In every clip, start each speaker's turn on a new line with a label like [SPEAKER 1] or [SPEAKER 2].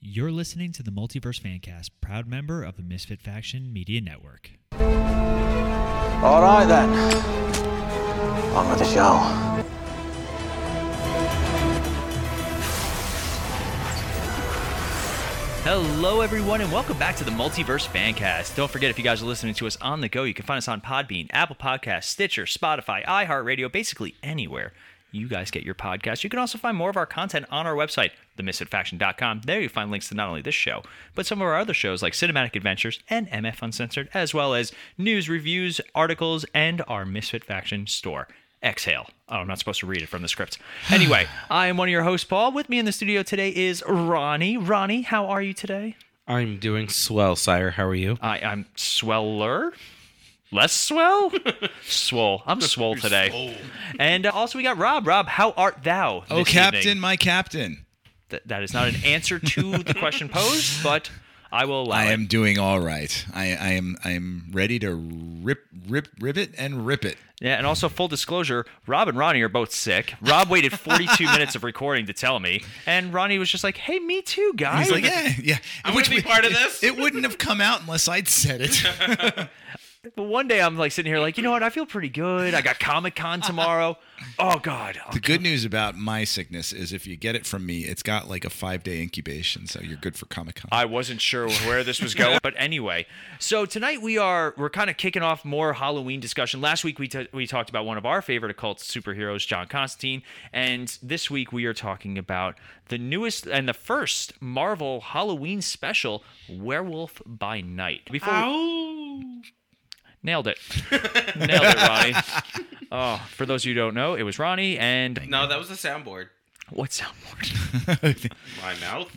[SPEAKER 1] You're listening to the Multiverse Fancast, proud member of the Misfit Faction Media Network.
[SPEAKER 2] All right then. On with the show.
[SPEAKER 3] Hello, everyone, and welcome back to the Multiverse Fancast. Don't forget, if you guys are listening to us on the go, you can find us on Podbean, Apple Podcasts, Stitcher, Spotify, iHeartRadio, basically anywhere you guys get your podcast. You can also find more of our content on our website, themisfitfaction.com. There you find links to not only this show, but some of our other shows like Cinematic Adventures and MF Uncensored, as well as news, reviews, articles, and our Misfit Faction store. Exhale. Oh, I'm not supposed to read it from the script. Anyway, I am one of your hosts, Paul. With me in the studio today is Ronnie. Ronnie, how are you today?
[SPEAKER 4] I'm doing swell, sire. How are you?
[SPEAKER 3] I, I'm sweller. Less swell? swole. I'm swole today. And uh, also, we got Rob. Rob, how art thou?
[SPEAKER 5] Oh,
[SPEAKER 3] this
[SPEAKER 5] Captain,
[SPEAKER 3] evening?
[SPEAKER 5] my Captain.
[SPEAKER 3] Th- that is not an answer to the question posed, but I will allow
[SPEAKER 5] I
[SPEAKER 3] it.
[SPEAKER 5] am doing all right. I, I am I am ready to rip rip rivet and rip it.
[SPEAKER 3] Yeah, and also full disclosure, Rob and Ronnie are both sick. Rob waited 42 minutes of recording to tell me, and Ronnie was just like, "Hey, me too, guys."
[SPEAKER 5] He's like, yeah, yeah.
[SPEAKER 6] I wanna be part of this.
[SPEAKER 5] It wouldn't have come out unless I'd said it.
[SPEAKER 3] But one day I'm like sitting here like, "You know what? I feel pretty good. I got Comic-Con tomorrow." oh god.
[SPEAKER 5] the good news about my sickness is if you get it from me, it's got like a five day incubation, so you're good for Comic Con.
[SPEAKER 3] I wasn't sure where this was going, but anyway. So tonight we are we're kind of kicking off more Halloween discussion. Last week we t- we talked about one of our favorite occult superheroes, John Constantine, and this week we are talking about the newest and the first Marvel Halloween special, Werewolf by Night. Before we- nailed it, nailed it, Ronnie. Oh, for those of you who don't know, it was Ronnie and
[SPEAKER 6] No, that was the soundboard.
[SPEAKER 3] what soundboard?
[SPEAKER 6] My mouth.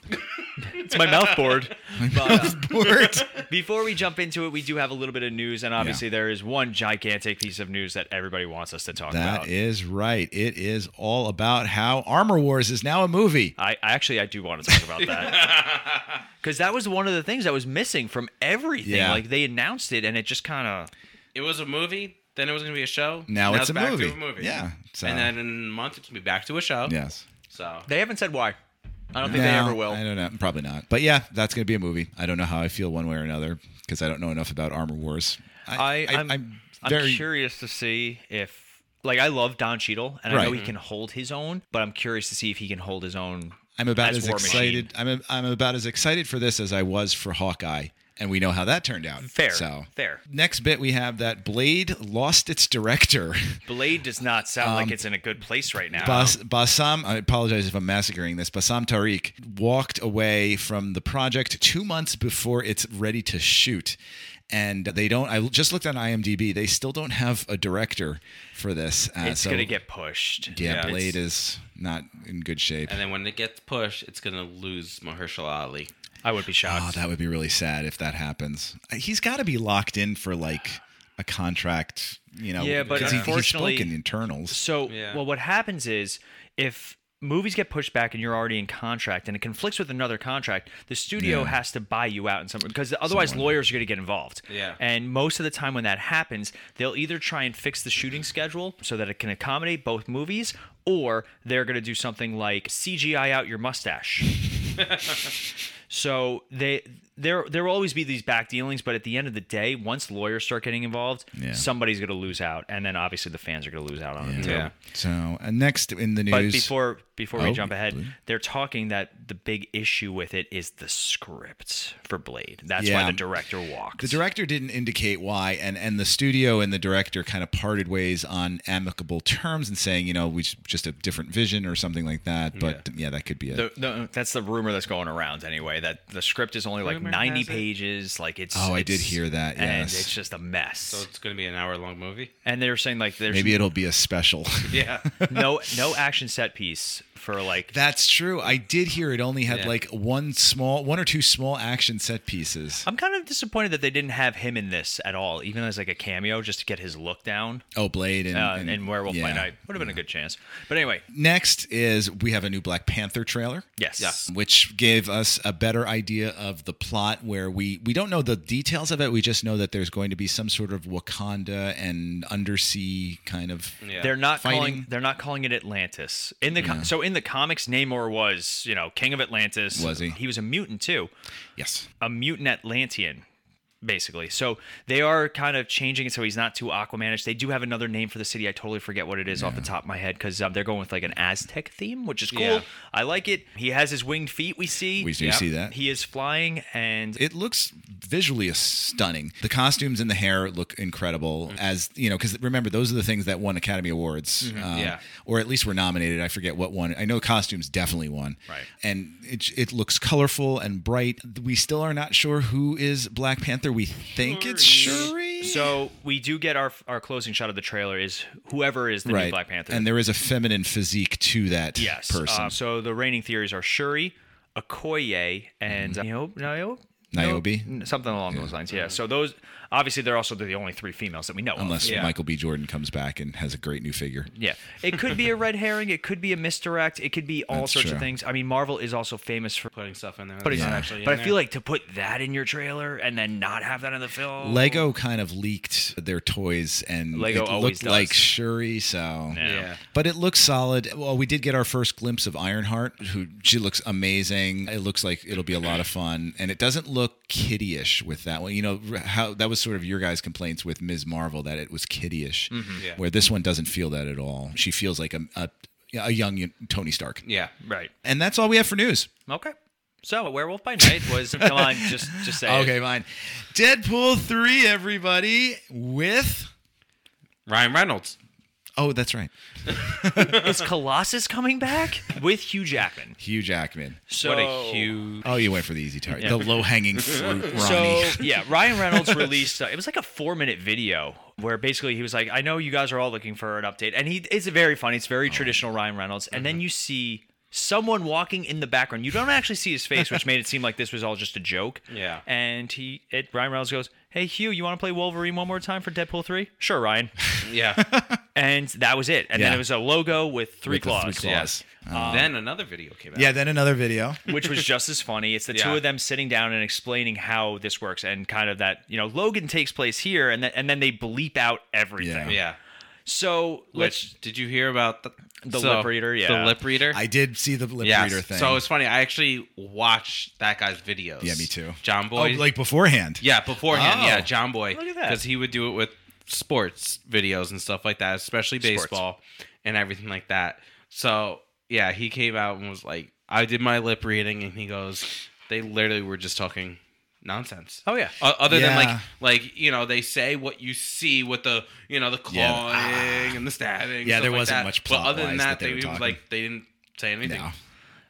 [SPEAKER 3] It's my mouth board.
[SPEAKER 5] Bored.
[SPEAKER 3] Before we jump into it, we do have a little bit of news, and obviously there is one gigantic piece of news that everybody wants us to talk
[SPEAKER 5] That
[SPEAKER 3] about.
[SPEAKER 5] is right. It is all about how Armor Wars is now a movie.
[SPEAKER 3] I, I actually I do want to talk about that because that was one of the things that was missing from everything.
[SPEAKER 5] Yeah.
[SPEAKER 3] Like they announced it, and it just kind of
[SPEAKER 6] it was a movie. Then it was gonna be a show.
[SPEAKER 5] Now it's a
[SPEAKER 6] back
[SPEAKER 5] movie.
[SPEAKER 6] To a movie.
[SPEAKER 5] Yeah, so-
[SPEAKER 6] And then oh. in a month it's gonna be back to a show.
[SPEAKER 5] Yes.
[SPEAKER 6] So
[SPEAKER 3] they haven't said why. I don't think they
[SPEAKER 5] No,
[SPEAKER 3] ever will.
[SPEAKER 5] I don't know. Probably not. But yeah, that's going to be a movie. I don't know how I feel one way or another because I don't know enough about Armor Wars.
[SPEAKER 3] I, I, am I'm
[SPEAKER 5] very
[SPEAKER 3] curious to see if like I love Don Cheadle, and I know
[SPEAKER 5] Right.
[SPEAKER 3] he can hold his own, but I'm curious to see if he can hold his own.
[SPEAKER 5] I'm about
[SPEAKER 3] as
[SPEAKER 5] as,
[SPEAKER 3] War
[SPEAKER 5] excited. I'm a, I'm about as excited for this as I was for Hawkeye, and we know how that turned out.
[SPEAKER 3] Fair,
[SPEAKER 5] So
[SPEAKER 3] fair.
[SPEAKER 5] Next bit we have that Blade lost its director.
[SPEAKER 3] Blade does not sound like
[SPEAKER 5] Um,
[SPEAKER 3] it's in a good place right now.
[SPEAKER 5] Bas- Bassam, I apologize if I'm massacring this. Bassam Tariq walked away from the project two months before it's ready to shoot. And they don't, I just looked on IMDb, they still don't have a director for this. Uh,
[SPEAKER 3] it's
[SPEAKER 5] so-
[SPEAKER 3] gonna get pushed.
[SPEAKER 5] Yeah,
[SPEAKER 6] yeah,
[SPEAKER 5] Blade is not in good shape.
[SPEAKER 6] and then when it gets pushed, it's gonna lose Mahershala Ali.
[SPEAKER 3] I would be
[SPEAKER 5] Oh,
[SPEAKER 3] shocked.
[SPEAKER 5] that would be really sad if that happens. Uh, He's got to be locked in for like a contract, you know.
[SPEAKER 3] Yeah, but
[SPEAKER 5] 'cause he-
[SPEAKER 3] unfortunately-
[SPEAKER 5] he's spoken internals.
[SPEAKER 3] so,
[SPEAKER 6] Yeah.
[SPEAKER 3] well, what happens is if movies get pushed back and you're already in contract and it conflicts with another contract, the studio
[SPEAKER 5] Yeah.
[SPEAKER 3] has to buy you out in some because otherwise
[SPEAKER 5] Someone-
[SPEAKER 3] lawyers are going to get involved.
[SPEAKER 6] Yeah.
[SPEAKER 3] And most of the time when that happens, they'll either try and fix the shooting schedule so that it can accommodate both movies or they're going to do something like CGI out your mustache. So they there there will always be these back dealings, but at the end of the day, once lawyers start getting involved,
[SPEAKER 5] Yeah.
[SPEAKER 3] somebody's going to lose out, and then obviously the fans are going to lose out on it too.
[SPEAKER 6] Yeah.
[SPEAKER 5] So, and next in the news,
[SPEAKER 3] But before before we
[SPEAKER 5] Oh,
[SPEAKER 3] jump ahead,
[SPEAKER 5] Blade.
[SPEAKER 3] they're talking that the big issue with it is the script for Blade. That's why
[SPEAKER 5] Yeah.
[SPEAKER 3] the director walked.
[SPEAKER 5] The director didn't indicate why, and and the studio and the director kind of parted ways on amicable terms and saying, you know, we just, just a different vision or something like that. But yeah, that could be it.
[SPEAKER 3] The- the- that's the rumor that's going around anyway. That the script is only like
[SPEAKER 6] Rumor
[SPEAKER 3] ninety
[SPEAKER 6] has it.
[SPEAKER 3] pages. Like it's
[SPEAKER 5] Oh, I did
[SPEAKER 3] it's-
[SPEAKER 5] hear that,
[SPEAKER 3] and
[SPEAKER 5] yes.
[SPEAKER 3] it's just a mess.
[SPEAKER 6] So it's gonna be an hour long movie.
[SPEAKER 3] and they're saying like there's
[SPEAKER 5] Maybe it'll be a special.
[SPEAKER 6] Yeah.
[SPEAKER 3] no no action set piece for like
[SPEAKER 5] That's true. I did hear it only had
[SPEAKER 6] Yeah.
[SPEAKER 5] like one small, one or two small action set pieces.
[SPEAKER 3] I'm kind of disappointed that they didn't have him in this at all, even as like a cameo, just to get his look down.
[SPEAKER 5] Oh, Blade and,
[SPEAKER 3] Uh, and, Werewolf by
[SPEAKER 5] yeah.
[SPEAKER 3] Night would have been a good chance. But anyway,
[SPEAKER 5] Next is we have a new Black Panther trailer.
[SPEAKER 3] yes,
[SPEAKER 6] Yeah.
[SPEAKER 5] Which gave us a better idea of the plot, where we we don't know the details of it. We just know that there's going to be some sort of Wakanda and undersea kind of.
[SPEAKER 6] Yeah.
[SPEAKER 3] they're not
[SPEAKER 5] Fighting.
[SPEAKER 3] calling they're not calling it Atlantis in the con- so in in the comics, Namor was, you know, king of Atlantis.
[SPEAKER 5] Was he?
[SPEAKER 3] He was a mutant too,
[SPEAKER 5] Yes.
[SPEAKER 3] a mutant Atlantean, basically. So they are kind of changing it so he's not too Aquamanish. They do have another name for the city. I totally forget what it is off the top of my head because um, they're going with like an Aztec theme, which is cool.
[SPEAKER 6] Yeah.
[SPEAKER 3] I like it. He has his winged feet. We see.
[SPEAKER 5] We do see that.
[SPEAKER 3] He is flying, and
[SPEAKER 5] It looks visually stunning. The costumes and the hair look incredible.
[SPEAKER 3] Mm-hmm.
[SPEAKER 5] As you know, because remember, those are the things that won Academy Awards,
[SPEAKER 3] Mm-hmm.
[SPEAKER 5] um,
[SPEAKER 6] yeah.
[SPEAKER 5] or at least were nominated. I forget what one. I know costumes definitely won.
[SPEAKER 3] Right.
[SPEAKER 5] And it it looks colorful and bright. We still are not sure who is Black Panther. We think it's Shuri.
[SPEAKER 3] so we do get our our closing shot of the trailer is whoever is the new
[SPEAKER 5] right,
[SPEAKER 3] Black Panther.
[SPEAKER 5] and there is a feminine physique to that
[SPEAKER 3] yes.
[SPEAKER 5] person.
[SPEAKER 3] Um, so the reigning theories are Shuri, Okoye, and mm.
[SPEAKER 5] Niobe?
[SPEAKER 3] something along those lines. Yeah. So those obviously they're also the only three females that we know. of.
[SPEAKER 5] Unless
[SPEAKER 3] yeah.
[SPEAKER 5] Michael B. Jordan comes back and has a great new figure.
[SPEAKER 3] Yeah. It could be a red herring. It could be a misdirect. It could be all
[SPEAKER 5] That's
[SPEAKER 3] sorts
[SPEAKER 5] true.
[SPEAKER 3] of things. I mean, Marvel is also famous for.
[SPEAKER 6] putting stuff in there.
[SPEAKER 3] Putting
[SPEAKER 6] that's
[SPEAKER 5] Yeah.
[SPEAKER 3] stuff-
[SPEAKER 6] not actually
[SPEAKER 3] but
[SPEAKER 6] in
[SPEAKER 3] I feel
[SPEAKER 6] there.
[SPEAKER 3] like to put that in your trailer and then not have that in the film.
[SPEAKER 5] Lego kind of leaked their toys, and
[SPEAKER 3] Lego
[SPEAKER 5] it
[SPEAKER 3] always
[SPEAKER 5] looked
[SPEAKER 3] does.
[SPEAKER 5] like Shuri. So,
[SPEAKER 3] Yeah.
[SPEAKER 5] but it looks solid. Well, we did get our first glimpse of Ironheart, who she looks amazing. It looks like it'll be a lot of fun, and it doesn't look kiddish with that one. You know r- how that was sort of your guys' complaints with Ms. Marvel that it was kiddish,
[SPEAKER 3] Mm-hmm.
[SPEAKER 6] Yeah.
[SPEAKER 5] where this one doesn't feel that at all. She feels like a a, a young Tony Stark,
[SPEAKER 6] yeah.
[SPEAKER 3] Right.
[SPEAKER 5] and that's all we have for news.
[SPEAKER 3] Okay. So, Werewolf by Night was come on, just just say. it.
[SPEAKER 5] Okay, fine. Deadpool three, everybody, with
[SPEAKER 6] Ryan Reynolds.
[SPEAKER 5] oh, that's right,
[SPEAKER 3] Is Colossus coming back with Hugh Jackman?
[SPEAKER 5] Hugh Jackman.
[SPEAKER 3] So,
[SPEAKER 6] what a huge.
[SPEAKER 5] Oh, you went for the easy target, the low hanging fruit, Ronnie.
[SPEAKER 3] So yeah, Ryan Reynolds released. Uh, it was like a four-minute video where basically he was like, "I know you guys are all looking for an update," and he it's very funny. It's
[SPEAKER 5] Oh.
[SPEAKER 3] very traditional Ryan Reynolds, and
[SPEAKER 5] Mm-hmm.
[SPEAKER 3] then you see someone walking in the background. You don't actually see his face, which made it seem like this was all just a joke.
[SPEAKER 6] Yeah.
[SPEAKER 3] And he, it, Ryan Reynolds goes, "Hey Hugh, you want to play Wolverine one more time for Deadpool 3? Sure, Ryan."
[SPEAKER 6] Yeah.
[SPEAKER 3] And that was it. And then
[SPEAKER 5] Yeah.
[SPEAKER 3] it was a logo with three
[SPEAKER 5] With the
[SPEAKER 3] claws.
[SPEAKER 5] three claws.
[SPEAKER 6] then another video came out.
[SPEAKER 5] Yeah, then another video.
[SPEAKER 3] which was just as funny. It's the two
[SPEAKER 6] Yeah.
[SPEAKER 3] of them sitting down and explaining how this works and kind of that, you know, Logan takes place here and then and then they bleep out everything.
[SPEAKER 6] Yeah.
[SPEAKER 5] Yeah.
[SPEAKER 3] So let's
[SPEAKER 6] Which did you hear about the,
[SPEAKER 3] The lip reader, yeah.
[SPEAKER 6] The lip reader.
[SPEAKER 5] I did see the lip
[SPEAKER 6] Yes.
[SPEAKER 5] reader thing.
[SPEAKER 6] So it's funny. I actually watched that guy's videos.
[SPEAKER 5] Yeah, me too.
[SPEAKER 6] John
[SPEAKER 5] oh,
[SPEAKER 6] Boy.
[SPEAKER 5] like beforehand.
[SPEAKER 6] yeah, beforehand.
[SPEAKER 5] Oh.
[SPEAKER 6] Yeah, John Boy.
[SPEAKER 3] Look at that.
[SPEAKER 6] Because he would do it with sports videos and stuff like that, especially
[SPEAKER 3] Sports.
[SPEAKER 6] baseball and everything like that. So yeah, he came out and was like, "I did my lip reading," and he goes, "They literally were just talking." Nonsense.
[SPEAKER 3] Oh, yeah.
[SPEAKER 6] O- other than
[SPEAKER 5] Yeah.
[SPEAKER 6] like, like you know, they say what you see with the you know the clawing
[SPEAKER 5] Yeah.
[SPEAKER 6] and the stabbing.
[SPEAKER 5] Yeah,
[SPEAKER 6] stuff
[SPEAKER 5] there
[SPEAKER 6] like
[SPEAKER 5] wasn't
[SPEAKER 6] that.
[SPEAKER 5] much
[SPEAKER 6] But other than
[SPEAKER 5] plot-wise
[SPEAKER 6] that,
[SPEAKER 5] that they
[SPEAKER 6] they,
[SPEAKER 5] were
[SPEAKER 6] was
[SPEAKER 5] talking.
[SPEAKER 6] like they didn't say anything.
[SPEAKER 5] No.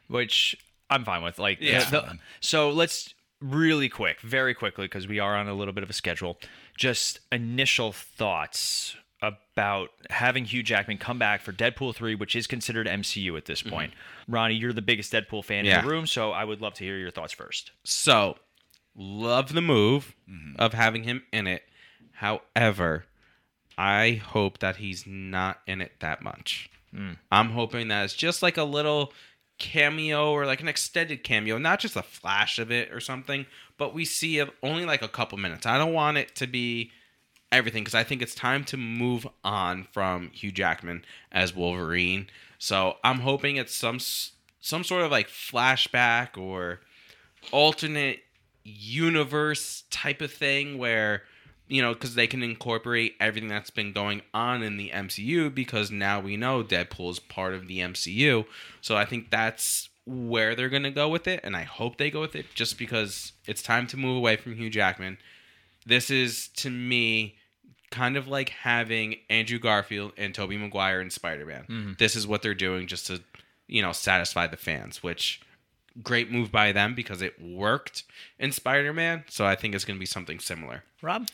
[SPEAKER 3] which I'm fine with. Like
[SPEAKER 6] Yeah.
[SPEAKER 3] the- the- so let's really quick, very quickly, because we are on a little bit of a schedule, just initial thoughts about having Hugh Jackman come back for Deadpool 3, which is considered MCU at this point. Ronnie, you're the biggest Deadpool fan
[SPEAKER 6] Yeah.
[SPEAKER 3] in the room, so I would love to hear your thoughts first.
[SPEAKER 6] So, love the move of having him in it. However, I hope that he's not in it that much. I'm hoping that it's just like a little cameo or like an extended cameo, not just a flash of it or something, but we see it only like a couple minutes. I don't want it to be everything because I think it's time to move on from Hugh Jackman as Wolverine. So I'm hoping it's some s- some sort of like flashback or alternate universe type of thing where you know because they can incorporate everything that's been going on in the MCU because now we know Deadpool is part of the MCU. So I think that's where they're gonna go with it, and I hope they go with it just because it's time to move away from Hugh Jackman this is to me kind of like having Andrew Garfield and Tobey Maguire in Spider-Man. This is what they're doing just to, you know, satisfy the fans, which great move by them because it worked in Spider-Man, so I think it's going to be something similar.
[SPEAKER 3] Rob?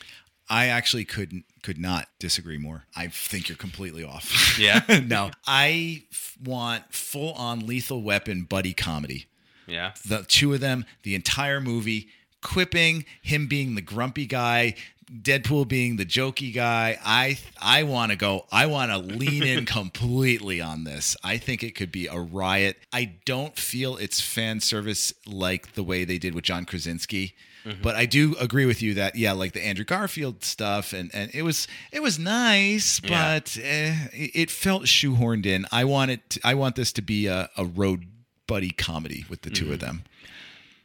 [SPEAKER 5] I actually couldn't could not disagree more. I think you're completely off.
[SPEAKER 6] Yeah.
[SPEAKER 5] no. I f- want full on lethal weapon buddy comedy.
[SPEAKER 6] Yeah.
[SPEAKER 5] the two of them the entire movie quipping him being the grumpy guy Deadpool being the jokey guy, I I want to go. I want to lean in completely on this. I think it could be a riot. I don't feel it's fan service like the way they did with John Krasinski, but I do agree with you that yeah, like the Andrew Garfield stuff, and and it was it was nice,
[SPEAKER 6] Yeah.
[SPEAKER 5] but eh, it it felt shoehorned in. I want it. I want this to be a, a road buddy comedy with the two of
[SPEAKER 3] Mm-hmm.
[SPEAKER 5] them.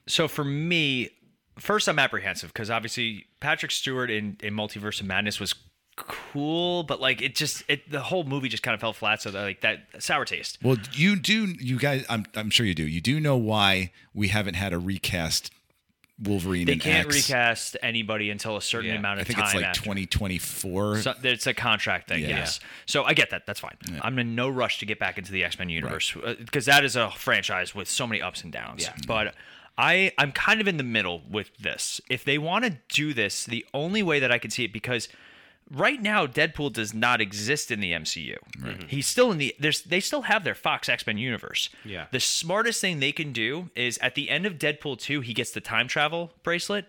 [SPEAKER 3] So for me, first I'm apprehensive because obviously Patrick Stewart in, in Multiverse of Madness was cool, but like it just it the whole movie just kind of fell flat. So that, like that sour taste.
[SPEAKER 5] Well, you do, you guys. I'm, I'm sure you do. You do know why we haven't had a recast Wolverine.
[SPEAKER 3] They
[SPEAKER 5] and
[SPEAKER 3] can't
[SPEAKER 5] X.
[SPEAKER 3] recast anybody until a certain
[SPEAKER 6] Yeah.
[SPEAKER 3] amount
[SPEAKER 5] I
[SPEAKER 3] of
[SPEAKER 5] think
[SPEAKER 3] time.
[SPEAKER 5] it's like
[SPEAKER 3] after.
[SPEAKER 5] 2024.
[SPEAKER 3] So, it's a contract thing,
[SPEAKER 5] Yeah.
[SPEAKER 3] yes. So I get that. That's fine. I'm in no rush to get back into the X Men universe because that is a franchise with so many ups and downs.
[SPEAKER 6] Yeah.
[SPEAKER 3] But I I'm kind of in the middle with this. If they want to do this, the only way that I can see it because right now Deadpool does not exist in the MCU. He's still in the there's they still have their Fox X-Men universe.
[SPEAKER 6] Yeah.
[SPEAKER 3] The smartest thing they can do is at the end of Deadpool 2, he gets the time travel bracelet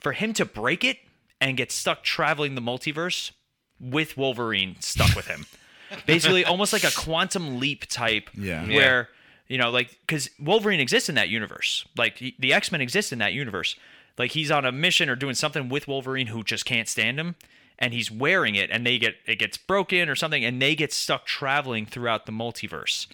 [SPEAKER 3] for him to break it and get stuck traveling the multiverse with Wolverine stuck with him. Basically, almost like a quantum leap type.
[SPEAKER 5] Yeah. Yeah.
[SPEAKER 3] Where, you know, like, because Wolverine exists in that universe. Like, he- the X Men exist in that universe. Like, he's on a mission or doing something with Wolverine who just can't stand him. And he's wearing it, and they get it gets broken or something, and they get stuck traveling throughout the multiverse.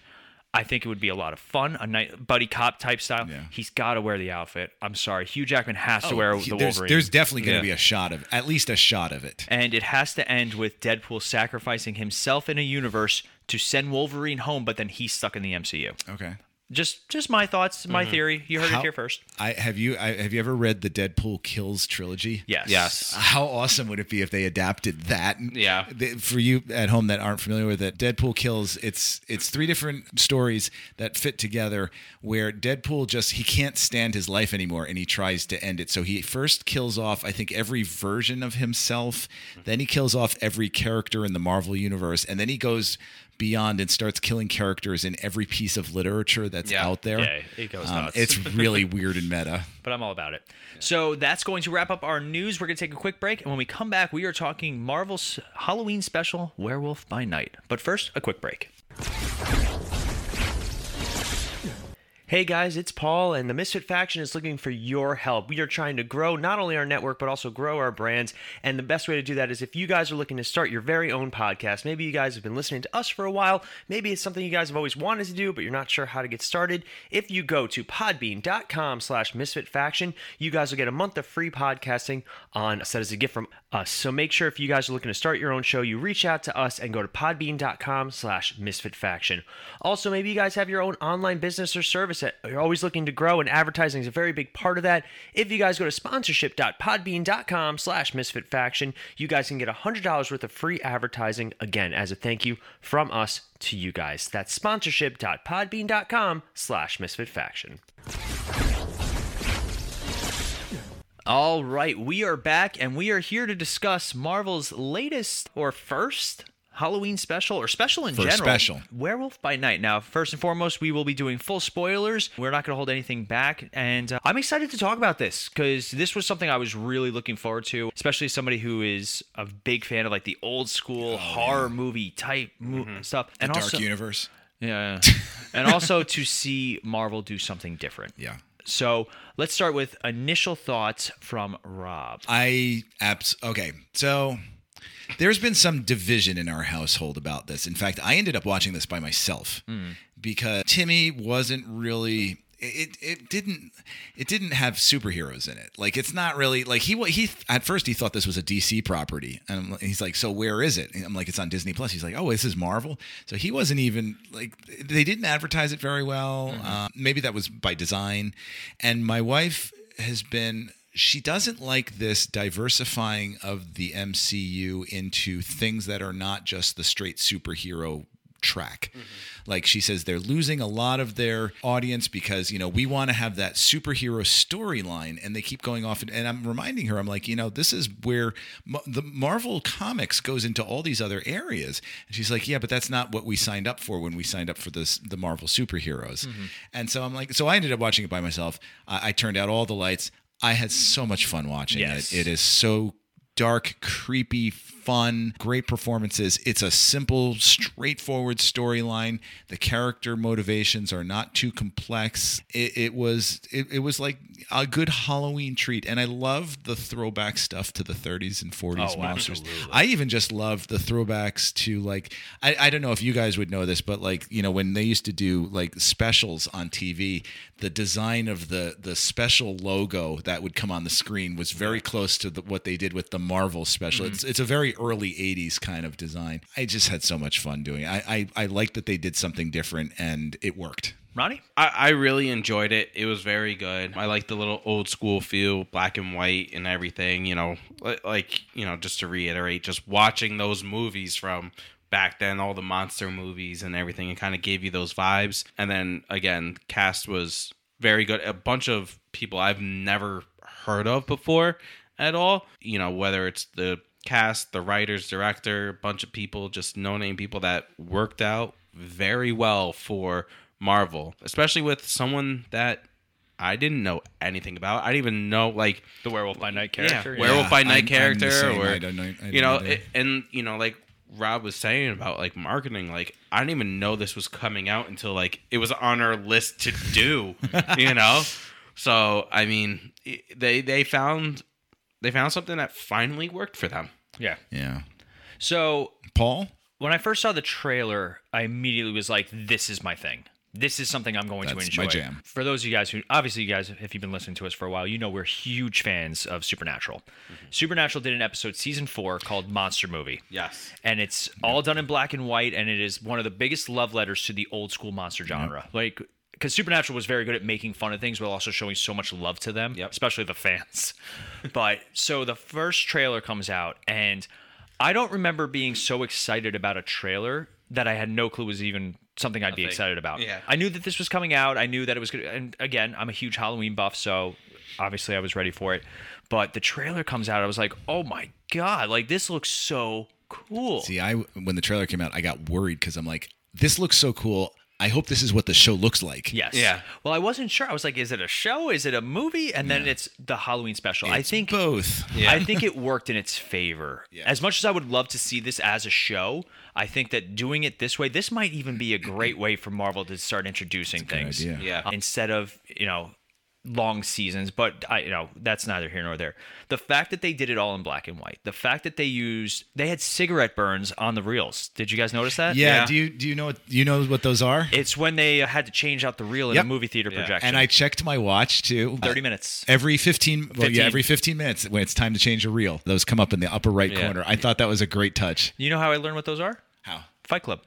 [SPEAKER 3] I think it would be a lot of fun, a night buddy cop type style.
[SPEAKER 5] Yeah.
[SPEAKER 3] He's got to wear the outfit. I'm sorry, Hugh Jackman has to
[SPEAKER 5] Oh,
[SPEAKER 3] wear
[SPEAKER 5] he-
[SPEAKER 3] the
[SPEAKER 5] there's,
[SPEAKER 3] Wolverine
[SPEAKER 5] there's definitely going to
[SPEAKER 6] Yeah.
[SPEAKER 5] be a shot of at least a shot of it.
[SPEAKER 3] and it has to end with Deadpool sacrificing himself in a universe to send Wolverine home, but then he's stuck in the MCU.
[SPEAKER 5] Okay.
[SPEAKER 3] Just, just my thoughts, my
[SPEAKER 7] Mm-hmm.
[SPEAKER 3] theory. You heard it here first.
[SPEAKER 5] I have you. I, have you ever read the Deadpool Kills trilogy?
[SPEAKER 3] Yes.
[SPEAKER 6] Yes.
[SPEAKER 5] How awesome would it be if they adapted that?
[SPEAKER 6] Yeah.
[SPEAKER 5] The- For you at home that aren't familiar with it, Deadpool kills. It's it's three different stories that fit together where Deadpool just he can't stand his life anymore and he tries to end it. So he first kills off I think every version of himself, then he kills off every character in the Marvel universe, and then he goes beyond and starts killing characters in every piece of literature that's
[SPEAKER 6] Yeah.
[SPEAKER 5] out there. Um,
[SPEAKER 3] Yeah, it goes nuts.
[SPEAKER 5] It's really weird and meta.
[SPEAKER 3] but I'm all about it. So that's going to wrap up our news. We're going to take a quick break, and when we come back, we are talking Marvel's Halloween special, Werewolf by Night. But first, a quick break.
[SPEAKER 7] Hey guys, it's Paul, and the Misfit Faction is looking for your help. We are trying to grow not only our network, but also grow our brands. And the best way to do that is if you guys are looking to start your very own podcast. Maybe you guys have been listening to us for a while. Maybe it's something you guys have always wanted to do, but you're not sure how to get started. If you go to podbean.com slash misfit faction, you guys will get a month of free podcasting on set as a gift from us. So make sure if you guys are looking to start your own show, you reach out to us and go to podbean.com slash misfit faction. Also, maybe you guys have your own online business or service that you're always looking to grow, and advertising is a very big part of that. If you guys go to sponsorship.podbean.com slash misfit faction, you guys can get $100 worth of free advertising again as a thank you from us to you guys. That's sponsorship.podbean.com slash misfit faction.
[SPEAKER 3] All right, we are back and we are here to discuss Marvel's latest or first Halloween special or special in
[SPEAKER 5] First
[SPEAKER 3] general.
[SPEAKER 5] special.
[SPEAKER 3] Werewolf by Night. Now, first and foremost, we will be doing full spoilers. We're not going to hold anything back. And uh, I'm excited to talk about this because this was something I was really looking forward to, especially somebody who is a big fan of like the old school horror movie type mo- stuff. and
[SPEAKER 5] Oh, Dark
[SPEAKER 3] also,
[SPEAKER 5] universe.
[SPEAKER 3] yeah. and also to see Marvel do something different.
[SPEAKER 5] Yeah.
[SPEAKER 3] So let's start with initial thoughts from Rob.
[SPEAKER 5] I abs okay. So there's been some division in our household about this. In fact, I ended up watching this by myself because Timmy wasn't really it, it didn't it didn't have superheroes in it. Like it's not really like he wa- he at first he thought this was a DC property and I'm- he's like so where is it? And I'm like it's on Disney Plus. He's like oh this is Marvel. So he wasn't even like they didn't advertise it very well. Uh, maybe that was by design. And my wife has been she doesn't like this diversifying of the MCU into things that are not just the straight superhero track. Like she says they're losing a lot of their audience because, you know, we want to have that superhero storyline and they keep going off and, and I'm reminding her I'm like, you know, this is where Ma- the Marvel comics goes into all these other areas. And she's like, yeah, but that's not what we signed up for when we signed up for this the Marvel superheroes. And so I'm like, so I ended up watching it by myself. I, I turned out all the lights. I had so much fun watching
[SPEAKER 3] Yes.
[SPEAKER 5] it. It is so dark, creepy, fun, great performances. It's a simple, straightforward storyline. The character motivations are not too complex. It, it was it, it was like a good Halloween treat, and I love the throwback stuff to the 30s and 40s
[SPEAKER 3] Oh,
[SPEAKER 5] monsters.
[SPEAKER 3] absolutely.
[SPEAKER 5] I even just love the throwbacks to like I, I don't know if you guys would know this, but like you know when they used to do like specials on TV, the design of the the special logo that would come on the screen was very close to the, what they did with the Marvel special.
[SPEAKER 6] Mm-hmm.
[SPEAKER 5] It's it's a very early '80s kind of design. I just had so much fun doing. It. I I, I like that they did something different and it worked.
[SPEAKER 3] Ronnie?
[SPEAKER 6] I, I really enjoyed it. It was very good. I like the little old school feel, black and white and everything, you know, li- like, you know, just to reiterate, just watching those movies from back then, all the monster movies and everything, it kind of gave you those vibes. And then again, cast was very good. A bunch of people I've never heard of before at all, you know, whether it's the cast, the writers, director, a bunch of people, just no name people that worked out very well for Marvel, especially with someone that I didn't know anything about. I didn't even know like
[SPEAKER 3] The Werewolf by Night
[SPEAKER 6] yeah,
[SPEAKER 3] character.
[SPEAKER 6] Werewolf by
[SPEAKER 5] I'm- I'm
[SPEAKER 6] Night
[SPEAKER 5] the
[SPEAKER 6] character
[SPEAKER 5] same.
[SPEAKER 6] or
[SPEAKER 5] I don't know- I
[SPEAKER 6] you
[SPEAKER 5] don't
[SPEAKER 6] know,
[SPEAKER 5] either.
[SPEAKER 6] it, and you know like Rob was saying about like marketing, like I didn't even know this was coming out until like it was on our list to do, you know. So I mean, i- they they found they found something that finally worked for them.
[SPEAKER 3] yeah.
[SPEAKER 5] Yeah,
[SPEAKER 3] So
[SPEAKER 5] Paul.
[SPEAKER 3] when I first saw the trailer, I immediately was like, "This is my thing. This is something I'm going to
[SPEAKER 5] That's
[SPEAKER 3] enjoy."
[SPEAKER 5] my jam.
[SPEAKER 3] For those of you guys who, obviously, you guys, if you've been listening to us for a while, you know we're huge fans of Supernatural. Supernatural did an episode season four called Monster Movie.
[SPEAKER 6] Yes.
[SPEAKER 3] And it's all done in black and white, and it is one of the biggest love letters to the old school monster genre. Like, because Supernatural was very good at making fun of things while also showing so much love to them,
[SPEAKER 6] Yep.
[SPEAKER 3] especially the fans. but so the first trailer comes out, and I don't remember being so excited about a trailer that I had no clue was even something I'd be excited about.
[SPEAKER 6] Yeah.
[SPEAKER 3] I knew that this was coming out. I knew that it was good. And again, I'm a huge Halloween buff, so obviously I was ready for it. But the trailer comes out, I was like, oh my God, like this looks so cool.
[SPEAKER 5] See, I when the trailer came out, I got worried because I'm like, this looks so cool. I hope this is what the show looks like.
[SPEAKER 3] Yes.
[SPEAKER 6] Yeah.
[SPEAKER 3] Well, I wasn't sure. I was like, is it a show? Is it a movie? And then it's the Halloween special. I
[SPEAKER 5] It's
[SPEAKER 3] think
[SPEAKER 5] both.
[SPEAKER 3] I think it worked in its favor. As much as I would love to see this as a show, I think that doing it this way, this might even be a great way for Marvel to start introducing things.
[SPEAKER 5] idea.
[SPEAKER 6] Yeah.
[SPEAKER 3] Uh, Instead of, you know, long seasons, but I you know, that's neither here nor there. The fact that they did it all in black and white. The fact that they used they had cigarette burns on the reels. Did you guys notice that?
[SPEAKER 5] Yeah,
[SPEAKER 6] Yeah.
[SPEAKER 5] Do you do you know what do you know what those are?
[SPEAKER 3] It's when they uh, had to change out the reel in
[SPEAKER 5] Yep.
[SPEAKER 3] a movie theater projection.
[SPEAKER 5] and I checked my watch too.
[SPEAKER 3] 30 minutes.
[SPEAKER 5] Every 15, well,
[SPEAKER 3] 15.
[SPEAKER 5] yeah, every 15 minutes when it's time to change a reel, those come up in the upper right corner. I thought that was a great touch.
[SPEAKER 3] You know how I learned what those are?
[SPEAKER 5] How?
[SPEAKER 3] Fight Club.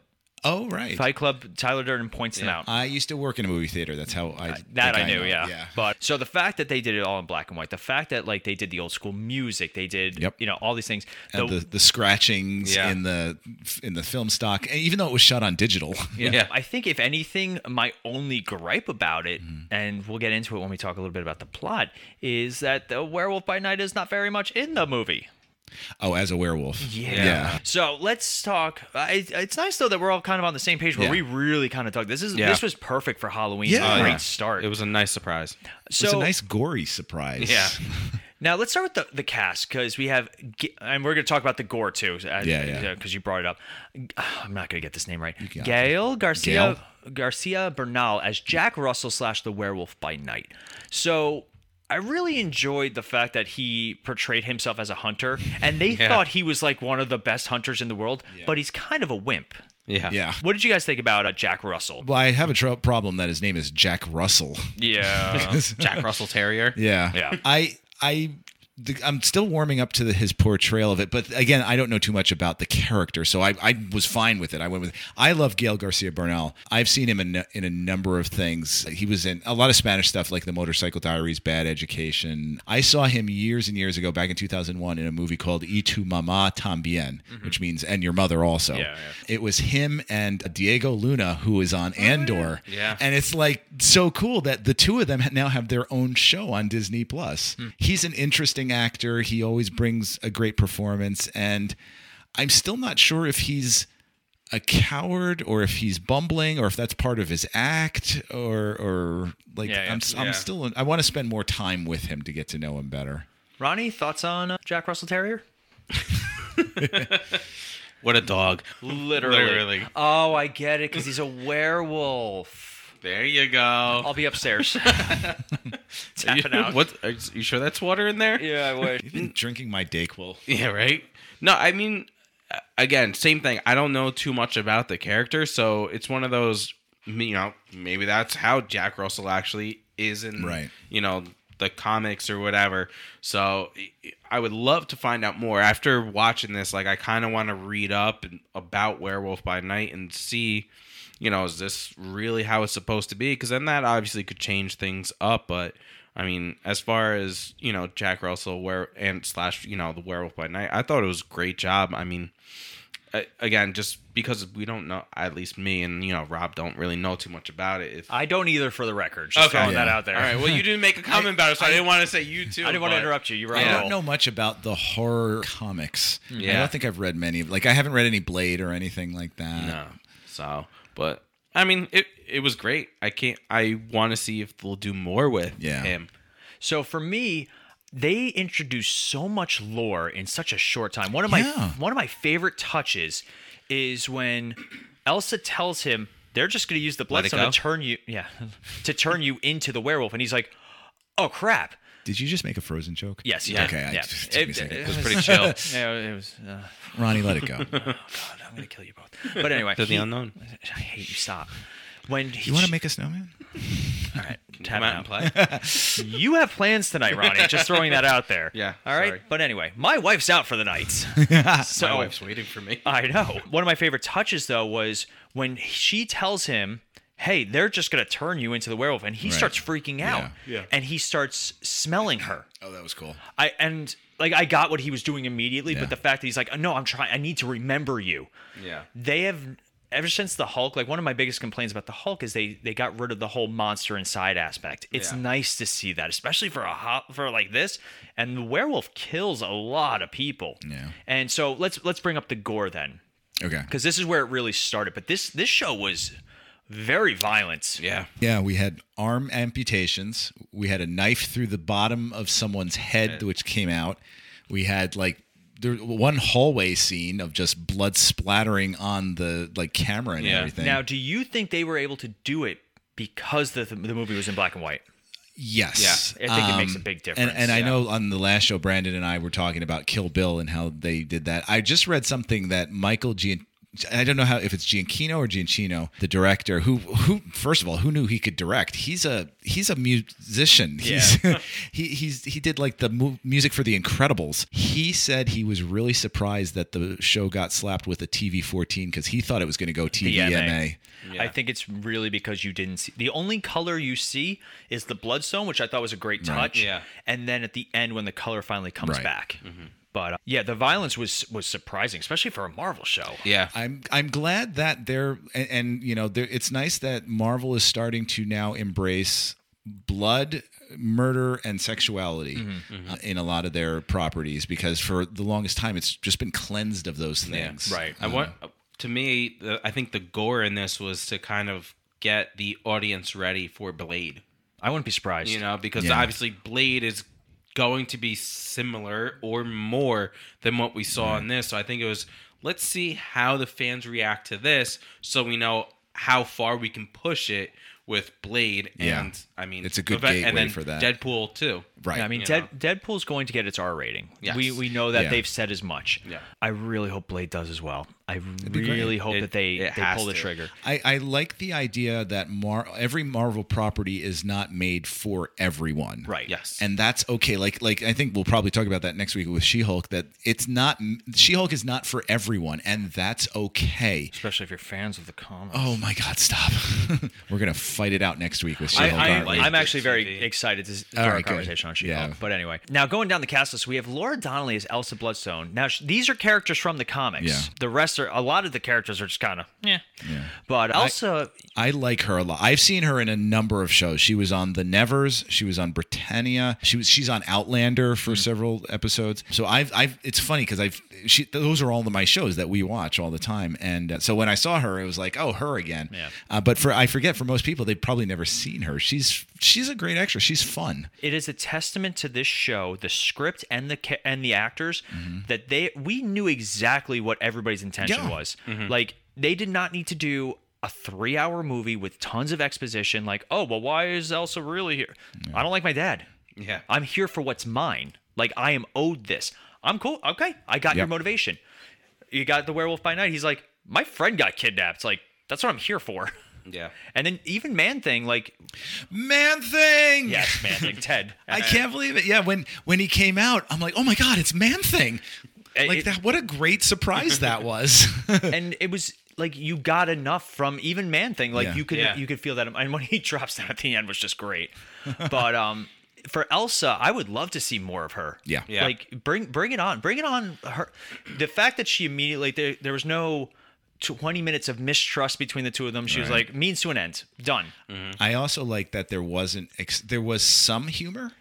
[SPEAKER 5] Oh, right.
[SPEAKER 3] Fight Club, Tyler Durden points them out.
[SPEAKER 5] I used to work in a movie theater. That's how I
[SPEAKER 3] Uh, that I
[SPEAKER 5] think
[SPEAKER 3] knew,
[SPEAKER 5] know.
[SPEAKER 3] yeah. But so the fact that they did it all in black and white, the fact that like they did the old school music, they did
[SPEAKER 5] Yep.
[SPEAKER 3] you know all these things.
[SPEAKER 5] and
[SPEAKER 3] The-
[SPEAKER 5] the, the scratchings
[SPEAKER 6] Yeah.
[SPEAKER 5] in the in the film stock, and even though it was shot on digital,
[SPEAKER 6] Yeah.
[SPEAKER 3] I think if anything, my only gripe about it,
[SPEAKER 5] Mm-hmm.
[SPEAKER 3] and we'll get into it when we talk a little bit about the plot, is that the werewolf by night is not very much in the movie.
[SPEAKER 5] oh, as a werewolf,
[SPEAKER 3] Yeah. So let's talk. I, it's nice though that we're all kind of on the same page where
[SPEAKER 5] Yeah.
[SPEAKER 3] we really kind of dug. This is
[SPEAKER 6] Yeah.
[SPEAKER 3] this was perfect for Halloween.
[SPEAKER 5] Yeah.
[SPEAKER 3] great
[SPEAKER 5] Yeah.
[SPEAKER 3] start.
[SPEAKER 6] It was a nice surprise.
[SPEAKER 5] It
[SPEAKER 3] so
[SPEAKER 5] was a nice gory surprise.
[SPEAKER 6] Yeah.
[SPEAKER 3] Now let's start with the, the cast because we have, G- and we're going to talk about the gore too. uh,
[SPEAKER 5] Yeah, yeah.
[SPEAKER 3] Because you brought it up. I'm not going to get this name right.
[SPEAKER 5] got
[SPEAKER 3] Gail Garcia Garcia Bernal as Jack Russell slash the Werewolf by Night. So I really enjoyed the fact that he portrayed himself as a hunter, and they thought he was like one of the best hunters in the world, but he's kind of a wimp.
[SPEAKER 6] Yeah.
[SPEAKER 5] yeah.
[SPEAKER 3] What did you guys think about uh, Jack Russell?
[SPEAKER 5] Well, I have a tro problem that his name is Jack Russell.
[SPEAKER 3] Yeah.
[SPEAKER 6] Jack Russell Terrier.
[SPEAKER 5] Yeah.
[SPEAKER 3] Yeah.
[SPEAKER 5] I I the, I'm still warming up to the, his portrayal of it, but again, I don't know too much about the character, so I, I was fine with it. I went with. I love Gail Garcia Bernal. I've seen him in in a number of things. He was in a lot of Spanish stuff, like The Motorcycle Diaries, Bad Education. I saw him years and years ago, back in 2001, in a movie called E "Y tu mamá también," which means "and your mother also."
[SPEAKER 3] Mm-hmm. Yeah, yeah.
[SPEAKER 5] It was him and Diego Luna, who is
[SPEAKER 3] Oh,
[SPEAKER 5] on Andor.
[SPEAKER 6] Yeah.
[SPEAKER 5] And it's like so cool that the two of them now have their own show on Disney Plus.
[SPEAKER 3] Hmm.
[SPEAKER 5] He's an interesting actor. He always brings a great performance. And I'm still not sure if he's a coward or if he's bumbling or if that's part of his act or or like
[SPEAKER 3] Yeah, yeah.
[SPEAKER 5] I'm, s am
[SPEAKER 6] Yeah.
[SPEAKER 5] still I want to spend more time with him to get to know him better.
[SPEAKER 3] Ronnie, thoughts on uh, Jack Russell Terrier?
[SPEAKER 6] What a dog.
[SPEAKER 3] Literally.
[SPEAKER 6] Literally.
[SPEAKER 3] Oh, I get it because he's a werewolf.
[SPEAKER 6] There you go.
[SPEAKER 3] I'll be upstairs. Tapping out.
[SPEAKER 6] What? Are you sure that's water in there?
[SPEAKER 3] Yeah, I wish.
[SPEAKER 5] You've
[SPEAKER 6] Mm.
[SPEAKER 5] been drinking my Dayquil.
[SPEAKER 6] Yeah, right. No, I mean, uh, again, same thing. I don't know too much about the character, so it's one of those. You know, maybe that's how Jack Russell actually is in,
[SPEAKER 5] Right.
[SPEAKER 6] You know, the comics or whatever. So I would love to find out more after watching this. Like, I kind of want to read up and, about Werewolf by Night and see. You know, is this really how it's supposed to be? Because then that obviously could change things up. But I mean, as far as you know, Jack Russell where and slash you know the Werewolf by Night, I thought it was a great job. I mean, a- again, just because we don't know, at least me and you know Rob don't really know too much about it. If,
[SPEAKER 3] I don't either for the record. Just
[SPEAKER 6] Okay.
[SPEAKER 3] throwing that
[SPEAKER 5] Yeah.
[SPEAKER 3] out there.
[SPEAKER 6] all right, well, you didn't make a comment about it, so I, didn't want to say you too.
[SPEAKER 3] I didn't want to
[SPEAKER 6] but-
[SPEAKER 3] interrupt you. You were on
[SPEAKER 5] I
[SPEAKER 3] a
[SPEAKER 5] don't
[SPEAKER 3] roll.
[SPEAKER 5] know much about the horror comics. I
[SPEAKER 6] Mm. Yeah.
[SPEAKER 5] don't think I've read many. Like I haven't read any Blade or anything like that.
[SPEAKER 6] No. Oh, So, but I mean, it it was great. I can't. I want to see if they'll do more with
[SPEAKER 5] Yeah.
[SPEAKER 6] him.
[SPEAKER 3] So for me, they introduced so much lore in such a short time. One of my
[SPEAKER 5] Yeah.
[SPEAKER 3] one of my favorite touches is when Elsa tells him they're just going to use the
[SPEAKER 6] it
[SPEAKER 3] bloodstone
[SPEAKER 6] go?
[SPEAKER 3] to turn you yeah, to turn you into the werewolf and he's like, "Oh crap."
[SPEAKER 5] Did you just make a frozen joke?
[SPEAKER 3] Yes,
[SPEAKER 6] Yeah.
[SPEAKER 5] Okay, I-
[SPEAKER 3] yeah.
[SPEAKER 5] it took me a second.
[SPEAKER 6] It was pretty chill.
[SPEAKER 3] yeah, it was uh,
[SPEAKER 5] Ronnie, let it go.
[SPEAKER 3] I'm going to kill you both. But anyway,
[SPEAKER 6] To the
[SPEAKER 3] he-
[SPEAKER 6] unknown.
[SPEAKER 3] I hate you stop. When he,
[SPEAKER 5] you want to make a snowman?
[SPEAKER 3] all right, tap
[SPEAKER 6] Come out
[SPEAKER 3] out.
[SPEAKER 6] and play.
[SPEAKER 3] You have plans tonight, Ronnie. Just throwing that out there.
[SPEAKER 6] Yeah,
[SPEAKER 3] All right.
[SPEAKER 6] sorry.
[SPEAKER 3] But anyway, my wife's out for the night. so
[SPEAKER 6] My wife's waiting for me.
[SPEAKER 5] Uh,
[SPEAKER 3] I know. One of my favorite touches though was when she tells him, "Hey, they're just gonna turn you into the werewolf," and he
[SPEAKER 5] Right.
[SPEAKER 3] starts freaking out.
[SPEAKER 6] Yeah. Yeah.
[SPEAKER 3] And he starts smelling her.
[SPEAKER 5] Oh, that was cool.
[SPEAKER 3] I and like I got what he was doing immediately,
[SPEAKER 5] Yeah.
[SPEAKER 3] but the fact that he's like, "No, I'm trying. I need to remember you."
[SPEAKER 6] Yeah.
[SPEAKER 3] They have ever since the Hulk. Like one of my biggest complaints about the Hulk is they they got rid of the whole monster inside aspect. It's
[SPEAKER 6] Yeah.
[SPEAKER 3] nice to see that, especially for a hot for like this. And the werewolf kills a lot of people.
[SPEAKER 5] Yeah.
[SPEAKER 3] And so let's let's bring up the gore then
[SPEAKER 5] Okay.
[SPEAKER 3] because this is where it really started. But this this show was very violent.
[SPEAKER 6] Yeah.
[SPEAKER 5] Yeah, we had arm amputations. We had a knife through the bottom of someone's head, which came out. We had like there one hallway scene of just blood splattering on the like camera and
[SPEAKER 6] Yeah.
[SPEAKER 5] everything.
[SPEAKER 3] Now, do you think they were able to do it because the the movie was in black and white?
[SPEAKER 5] Yes. Um,
[SPEAKER 3] Yeah, I think it makes a big difference,
[SPEAKER 5] And, and I know on the last show, Brandon and I were talking about Kill Bill and how they did that. I just read something that Michael Gian. I don't know how if it's Gianchino or Giancino, the director who who first of all who knew he could direct. He's a he's a musician. He's, he he's he did like the mu- music for The Incredibles. He said he was really surprised that the show got slapped with a TV fourteen because he thought it was going to go TVMA.
[SPEAKER 3] I think it's really because you didn't see the only color you see is the bloodstone, which I thought was a great touch.
[SPEAKER 6] Yeah. Mm-hmm.
[SPEAKER 3] And then at the end when the color finally comes
[SPEAKER 5] Right.
[SPEAKER 3] back. But uh, yeah, the violence was was surprising, especially for a Marvel show.
[SPEAKER 6] Yeah.
[SPEAKER 5] I'm I'm glad that they're and, and you know there it's nice that Marvel is starting to now embrace blood, murder, and sexuality
[SPEAKER 3] Mm-hmm.
[SPEAKER 5] uh, in a lot of their properties because for the longest time it's just been cleansed of those things. Uh,
[SPEAKER 3] right.
[SPEAKER 6] I want to me. The, I think the gore in this was to kind of get the audience ready for Blade.
[SPEAKER 3] I wouldn't be surprised.
[SPEAKER 6] You know, because
[SPEAKER 5] Yeah.
[SPEAKER 6] obviously Blade is going to be similar or more than what we saw in this. So I think it was let's see how the fans react to this, so we know how far we can push it with Blade.
[SPEAKER 5] Yeah.
[SPEAKER 6] And I mean,
[SPEAKER 5] It's a good
[SPEAKER 6] event-
[SPEAKER 5] gateway
[SPEAKER 6] and then
[SPEAKER 5] for that.
[SPEAKER 6] Deadpool too.
[SPEAKER 5] Right.
[SPEAKER 3] Yeah, I mean,
[SPEAKER 6] you
[SPEAKER 3] Dead, Deadpool's going to get its R rating.
[SPEAKER 6] Yes.
[SPEAKER 3] We we know that
[SPEAKER 5] Yeah.
[SPEAKER 3] they've said as much.
[SPEAKER 6] Yeah.
[SPEAKER 3] I really hope Blade does as well. I
[SPEAKER 5] be great.
[SPEAKER 3] really hope
[SPEAKER 6] It-
[SPEAKER 3] that they,
[SPEAKER 6] it
[SPEAKER 3] they
[SPEAKER 6] has
[SPEAKER 3] pull the
[SPEAKER 6] to.
[SPEAKER 3] trigger.
[SPEAKER 5] I, I like the idea that Mar- every Marvel property is not made for everyone.
[SPEAKER 3] Right.
[SPEAKER 6] Yes.
[SPEAKER 5] and that's okay like like i think we'll probably talk about that next week with she-hulk that it's not she-hulk is not for everyone and that's okay
[SPEAKER 3] Especially if you're fans of the comics.
[SPEAKER 5] oh my god stop we're gonna fight it out next week with
[SPEAKER 3] I,
[SPEAKER 5] she-hulk aren't we?
[SPEAKER 3] I, am
[SPEAKER 6] the
[SPEAKER 3] actually very
[SPEAKER 6] TV.
[SPEAKER 3] excited to, for
[SPEAKER 5] All
[SPEAKER 3] our
[SPEAKER 5] right, good.
[SPEAKER 3] conversation on She-Hulk.
[SPEAKER 5] Yeah.
[SPEAKER 3] But anyway, now going down the cast list, we have Laura Donnelly as Elsa Bloodstone. Now sh- these are characters from the comics.
[SPEAKER 5] Yeah.
[SPEAKER 3] The rest are a lot of the characters are just kind of yeah. But Elsa,
[SPEAKER 5] I like her a lot i've seen her in a number of shows she was on the nevers she was on britannia she was she's on outlander
[SPEAKER 3] Mm-hmm.
[SPEAKER 5] for several episodes so i've i've it's funny because i've she those are all of my shows that we watch all the time and uh, so when i saw her it was like oh her again
[SPEAKER 3] Yeah.
[SPEAKER 5] Uh, but for I forget for most people they've probably never seen her. She's she's a great actress. She's fun.
[SPEAKER 3] it is a testament to this show, the script and the ca- and the actors that they we knew exactly what everybody's intention
[SPEAKER 5] Mm-hmm. Yeah.
[SPEAKER 3] was. Like they did not need to do a 3-hour movie with tons of exposition like, "Oh, well why is Elsa really here? I don't like my dad.
[SPEAKER 6] Yeah.
[SPEAKER 3] I'm here for what's mine. Like I am owed this. I'm cool. Okay. I got your
[SPEAKER 5] Yep.
[SPEAKER 3] motivation." You got the werewolf by night. He's like, "My friend got kidnapped." Like, that's what I'm here for.
[SPEAKER 6] Yeah.
[SPEAKER 3] And then even man thing like,
[SPEAKER 5] Man Thing.
[SPEAKER 3] yes, man thing Ted.
[SPEAKER 5] I can't believe it. Yeah, when when he came out, I'm like, oh my god, it's Man Thing.
[SPEAKER 3] Uh,
[SPEAKER 5] Like
[SPEAKER 3] it-
[SPEAKER 5] that. What a great surprise that was.
[SPEAKER 3] and it was like you got enough from even man thing like
[SPEAKER 5] Yeah.
[SPEAKER 3] you could
[SPEAKER 6] Yeah.
[SPEAKER 3] you could feel that and when he drops down at the end was just great but um for elsa i would love to see more of her
[SPEAKER 5] Yeah.
[SPEAKER 6] Yeah.
[SPEAKER 3] like bring bring it on bring it on her the fact that she immediately like, there, there was no 20 minutes of mistrust between the two of them she was like means to an end done
[SPEAKER 5] I also like that there wasn't ex- there was some humor,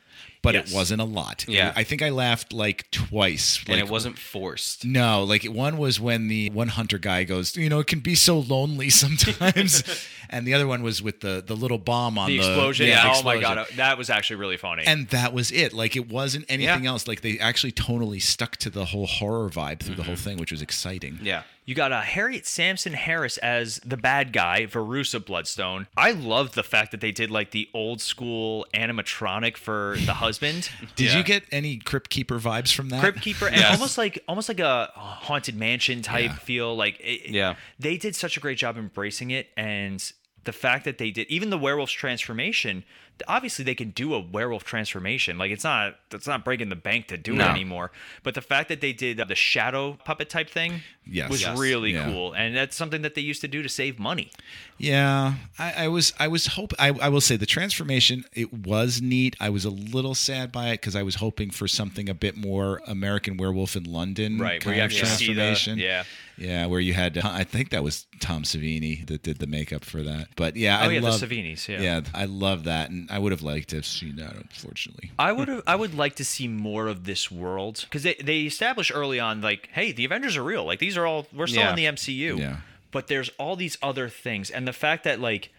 [SPEAKER 5] but
[SPEAKER 3] Yes.
[SPEAKER 5] it wasn't a lot.
[SPEAKER 6] Yeah.
[SPEAKER 5] I think I laughed like twice.
[SPEAKER 6] And
[SPEAKER 5] like,
[SPEAKER 6] it wasn't forced.
[SPEAKER 5] No, like one was when the one hunter guy goes, you know, it can be so lonely sometimes, and the other one was with the the little bomb on
[SPEAKER 3] the
[SPEAKER 5] the,
[SPEAKER 3] explosion
[SPEAKER 5] yeah,
[SPEAKER 3] oh my
[SPEAKER 5] explosion.
[SPEAKER 3] god that was actually really funny
[SPEAKER 5] And that was it. Like it wasn't anything else. Like they actually tonally stuck to the whole horror vibe through the whole thing, which was exciting.
[SPEAKER 6] Yeah.
[SPEAKER 3] You got uh, Harriet Sampson Harris as the bad guy, Verusa Bloodstone. I loved the fact that they did like the old school animatronic for the husband,
[SPEAKER 5] Did you get any Crypt Keeper vibes from that?
[SPEAKER 3] Crypt Keeper, and almost like almost like a haunted mansion type feel. Like, it,
[SPEAKER 6] Yeah.
[SPEAKER 3] they did such a great job embracing it, and the fact that they did even the werewolf's transformation. Obviously, they can do a werewolf transformation. Like, it's not it's not breaking the bank to do
[SPEAKER 6] No.
[SPEAKER 3] it anymore. But the fact that they did uh, the shadow puppet type thing
[SPEAKER 5] Yes.
[SPEAKER 3] was
[SPEAKER 5] Yes.
[SPEAKER 3] really
[SPEAKER 5] Yeah. Mm,
[SPEAKER 3] cool, and that's something that they used to do to save money.
[SPEAKER 5] Yeah, I, I was I was hope I, I will say the transformation it was neat. I was a little sad by it because I was hoping for something a bit more American Werewolf in London,
[SPEAKER 3] Right, where
[SPEAKER 5] kind
[SPEAKER 3] you
[SPEAKER 5] of
[SPEAKER 3] actually see the-
[SPEAKER 5] transformation.
[SPEAKER 3] yeah.
[SPEAKER 5] yeah, where you had I think that was Tom Savini that did the makeup for that. But yeah,
[SPEAKER 3] Oh,
[SPEAKER 5] I
[SPEAKER 3] yeah, the
[SPEAKER 5] love
[SPEAKER 3] Savinis, yeah.
[SPEAKER 5] I love that, and I would have liked to have seen that. Unfortunately,
[SPEAKER 3] I would have, I would like to see more of this world because they they establish early on like hey the Avengers are real like these are all we're still
[SPEAKER 6] Yeah.
[SPEAKER 3] in the MCU
[SPEAKER 5] Yeah.
[SPEAKER 3] but there's all these other things and the fact that like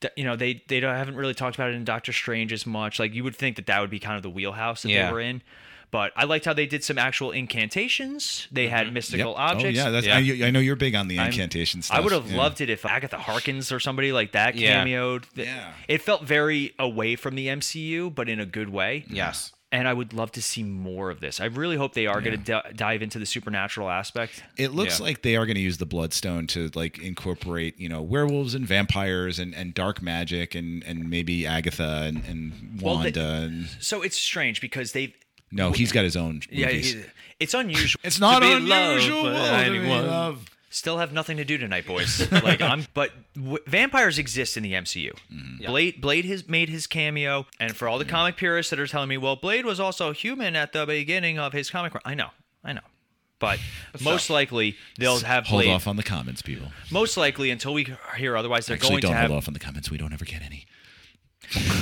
[SPEAKER 3] th- you know they they don't, haven't really talked about it in Doctor Strange as much like you would think that that would be kind of the wheelhouse that
[SPEAKER 6] Yeah.
[SPEAKER 3] they were in but I liked how they did some actual incantations they had mystical
[SPEAKER 5] Yep.
[SPEAKER 3] objects
[SPEAKER 5] Oh yeah, that's I, I know you're big on the
[SPEAKER 3] I'm-
[SPEAKER 5] incantation stuff.
[SPEAKER 3] I would have
[SPEAKER 5] yeah.
[SPEAKER 3] loved it if Agatha Harkins or somebody like that
[SPEAKER 6] Yeah.
[SPEAKER 3] cameoed. Th-
[SPEAKER 5] Yeah.
[SPEAKER 3] It felt very away from the MCU, but in a good way.
[SPEAKER 6] Yes.
[SPEAKER 3] And I would love to see more of this. I really hope they are going to d- dive into the supernatural aspect.
[SPEAKER 5] It looks
[SPEAKER 6] Yeah.
[SPEAKER 5] like they are going to use the bloodstone to like incorporate, you know, werewolves and vampires and, and dark magic and, and maybe Agatha and, and
[SPEAKER 3] Well,
[SPEAKER 5] Wanda.
[SPEAKER 3] they-
[SPEAKER 5] and,
[SPEAKER 3] So it's strange because they've.
[SPEAKER 5] no, he's got his own.
[SPEAKER 3] Yeah,
[SPEAKER 5] movies.
[SPEAKER 3] it- it's unusual.
[SPEAKER 5] it's not
[SPEAKER 3] to be
[SPEAKER 5] unusual.
[SPEAKER 3] loved by
[SPEAKER 5] to be
[SPEAKER 3] anyone.
[SPEAKER 5] loved.
[SPEAKER 3] Still have nothing to do tonight, boys. like I'm, but w- vampires exist in the MCU.
[SPEAKER 5] Mm-hmm.
[SPEAKER 3] Blade, Blade has made his cameo, and for all the comic purists that are telling me, well, Blade was also human at the beginning of his comic. run," I know, I know, but most likely they'll have
[SPEAKER 5] Hold
[SPEAKER 3] Blade.
[SPEAKER 5] off on the comments, people.
[SPEAKER 3] Most likely until we hear otherwise, they're
[SPEAKER 5] Actually,
[SPEAKER 3] going
[SPEAKER 5] don't
[SPEAKER 3] to have.
[SPEAKER 5] hold off on the comments. We don't ever get any.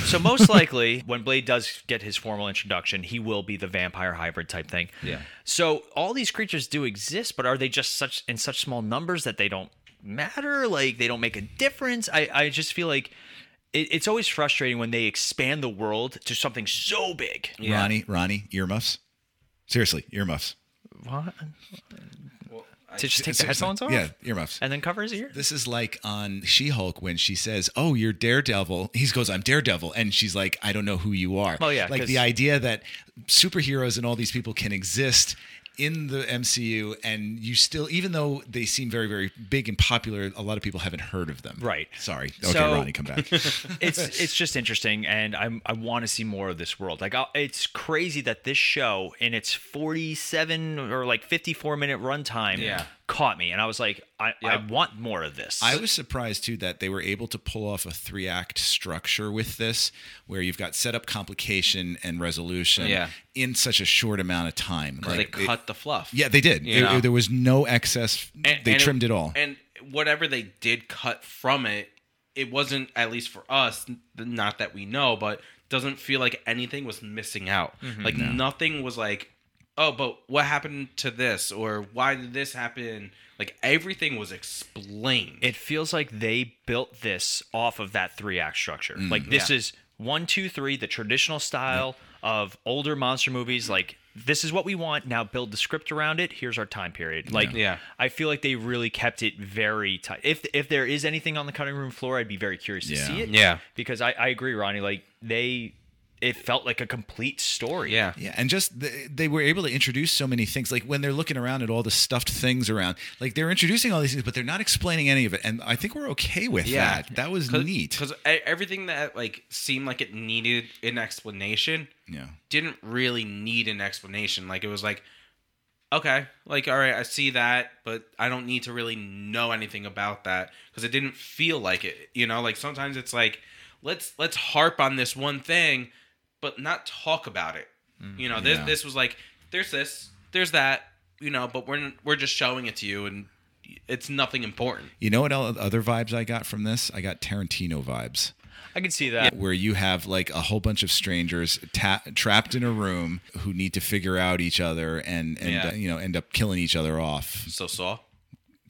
[SPEAKER 3] So most likely, when Blade does get his formal introduction, he will be the vampire hybrid type thing. Yeah. So all these creatures do exist, but are they just such in such small numbers that they don't matter? Like they don't make a difference? I I just feel like. it- It's always frustrating when they expand the world to something so big.
[SPEAKER 5] Ronnie, Ronnie, earmuffs. Seriously, earmuffs.
[SPEAKER 3] What? to just take the
[SPEAKER 5] Seriously.
[SPEAKER 3] headphones off?
[SPEAKER 5] Yeah, earmuffs.
[SPEAKER 3] And then cover his ear?
[SPEAKER 5] This is like on She Hulk when she says, Oh, you're Daredevil. He goes, I'm Daredevil. And she's like, I don't know who you are.
[SPEAKER 3] Oh, yeah,
[SPEAKER 5] Like
[SPEAKER 3] 'cause-
[SPEAKER 5] the idea that superheroes and all these people can exist in the MCU and you still, even though they seem very, very big and popular, a lot of people haven't heard of them.
[SPEAKER 3] Right.
[SPEAKER 5] Sorry. Okay,
[SPEAKER 3] So-
[SPEAKER 5] Ronnie, come back.
[SPEAKER 3] it's it's just interesting, and I'm, I want to see more of this world. Like, i it's crazy that this show, in its 47 or like 54 minute runtime,
[SPEAKER 6] Yeah.
[SPEAKER 3] caught me, and I was like, I, I
[SPEAKER 6] Yep.
[SPEAKER 3] want more of this.
[SPEAKER 5] I was surprised too that they were able to pull off a three act structure with this, where you've got setup, complication, and resolution
[SPEAKER 6] Yeah.
[SPEAKER 5] in such a short amount of time.
[SPEAKER 6] They
[SPEAKER 5] Like, it-
[SPEAKER 6] cut the fluff.
[SPEAKER 5] Yeah, they did.
[SPEAKER 6] You
[SPEAKER 5] It-
[SPEAKER 6] know?
[SPEAKER 5] there was no excess.
[SPEAKER 6] And-
[SPEAKER 5] they
[SPEAKER 6] and
[SPEAKER 5] trimmed it, all.
[SPEAKER 6] And whatever they did cut from it, it wasn't at least for us, n- not that we know, but doesn't feel like anything was missing out.
[SPEAKER 5] Mm-hmm.
[SPEAKER 6] Like nothing was like, oh, but what happened to this or why did this happen? Like everything was explained. Mm,
[SPEAKER 3] it feels like they built this off of that three act structure. like, this is one, two, three, the traditional style of older monster movies. Like, this is what we want. Now build the script around it. Here's our time period. Like,
[SPEAKER 6] Yeah.
[SPEAKER 3] I feel like they really kept it very tight. If if there is anything on the cutting room floor, I'd be very curious to
[SPEAKER 5] Yeah.
[SPEAKER 3] see it.
[SPEAKER 6] Yeah.
[SPEAKER 3] because I, I agree, Ronnie. Like they, it felt like a complete story.
[SPEAKER 6] Yeah.
[SPEAKER 5] Yeah, and just th- they were able to introduce so many things. Like when they're looking around at all the stuffed things around, like they're introducing all these things, but they're not explaining any of it. And I think we're okay with
[SPEAKER 6] Yeah.
[SPEAKER 5] that. That was neat.
[SPEAKER 6] Because e, everything that like seemed like it needed an explanation
[SPEAKER 5] Yeah,
[SPEAKER 6] didn't really need an explanation. Like it was like, okay, like all right, I see that, but I don't need to really know anything about that because it didn't feel like it. You know, like sometimes it's like, let's let's harp on this one thing, but not talk about it. you know, this
[SPEAKER 5] yeah.
[SPEAKER 6] this was like, there's this, there's that. You know, but we're we're just showing it to you, and it's nothing important.
[SPEAKER 5] you know what el- other vibes I got from this? I got Tarantino vibes.
[SPEAKER 3] I can see that.
[SPEAKER 5] where you have like a whole bunch of strangers ta- trapped in a room who need to figure out each other and and
[SPEAKER 6] Yeah.
[SPEAKER 5] uh, you know end up killing each other off.
[SPEAKER 6] So Saw.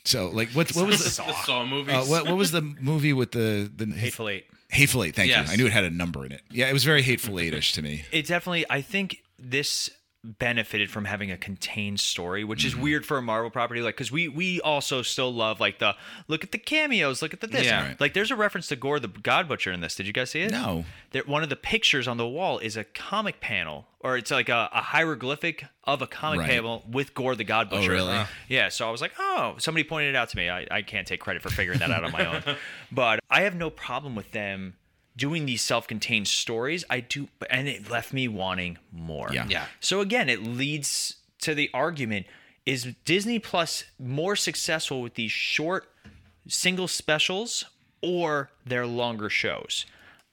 [SPEAKER 5] So like what what was the,
[SPEAKER 6] the Saw movies?
[SPEAKER 5] uh, what what was the movie with the the
[SPEAKER 3] Hateful Eight.
[SPEAKER 5] Hateful Eight? Thank
[SPEAKER 6] Yes.
[SPEAKER 5] you. I knew it had a number in it. Yeah, it was very hateful eight-ish to me.
[SPEAKER 3] It definitely. I think this benefited from having a contained story, which
[SPEAKER 5] Mm-hmm.
[SPEAKER 3] is weird for a Marvel property. Like, because we we also still love like the look at the cameos, look at the this.
[SPEAKER 6] Yeah.
[SPEAKER 5] Right.
[SPEAKER 3] Like, there's a reference to Gore the God Butcher in this. Did you guys see it?
[SPEAKER 5] No.
[SPEAKER 3] That one of the pictures on the wall is a comic panel, or it's like a, a hieroglyphic of a comic
[SPEAKER 5] Right.
[SPEAKER 3] panel with Gore the God Butcher. Uh-huh.
[SPEAKER 5] really? Uh.
[SPEAKER 3] Yeah. So I was like, oh, somebody pointed it out to me. I, I can't take credit for figuring that out on my own. But I have no problem with them doing these self-contained stories. I do, and it left me wanting more.
[SPEAKER 5] Yeah.
[SPEAKER 6] Yeah.
[SPEAKER 3] So again, it leads to the argument: Is Disney Plus more successful with these short single specials or their longer shows?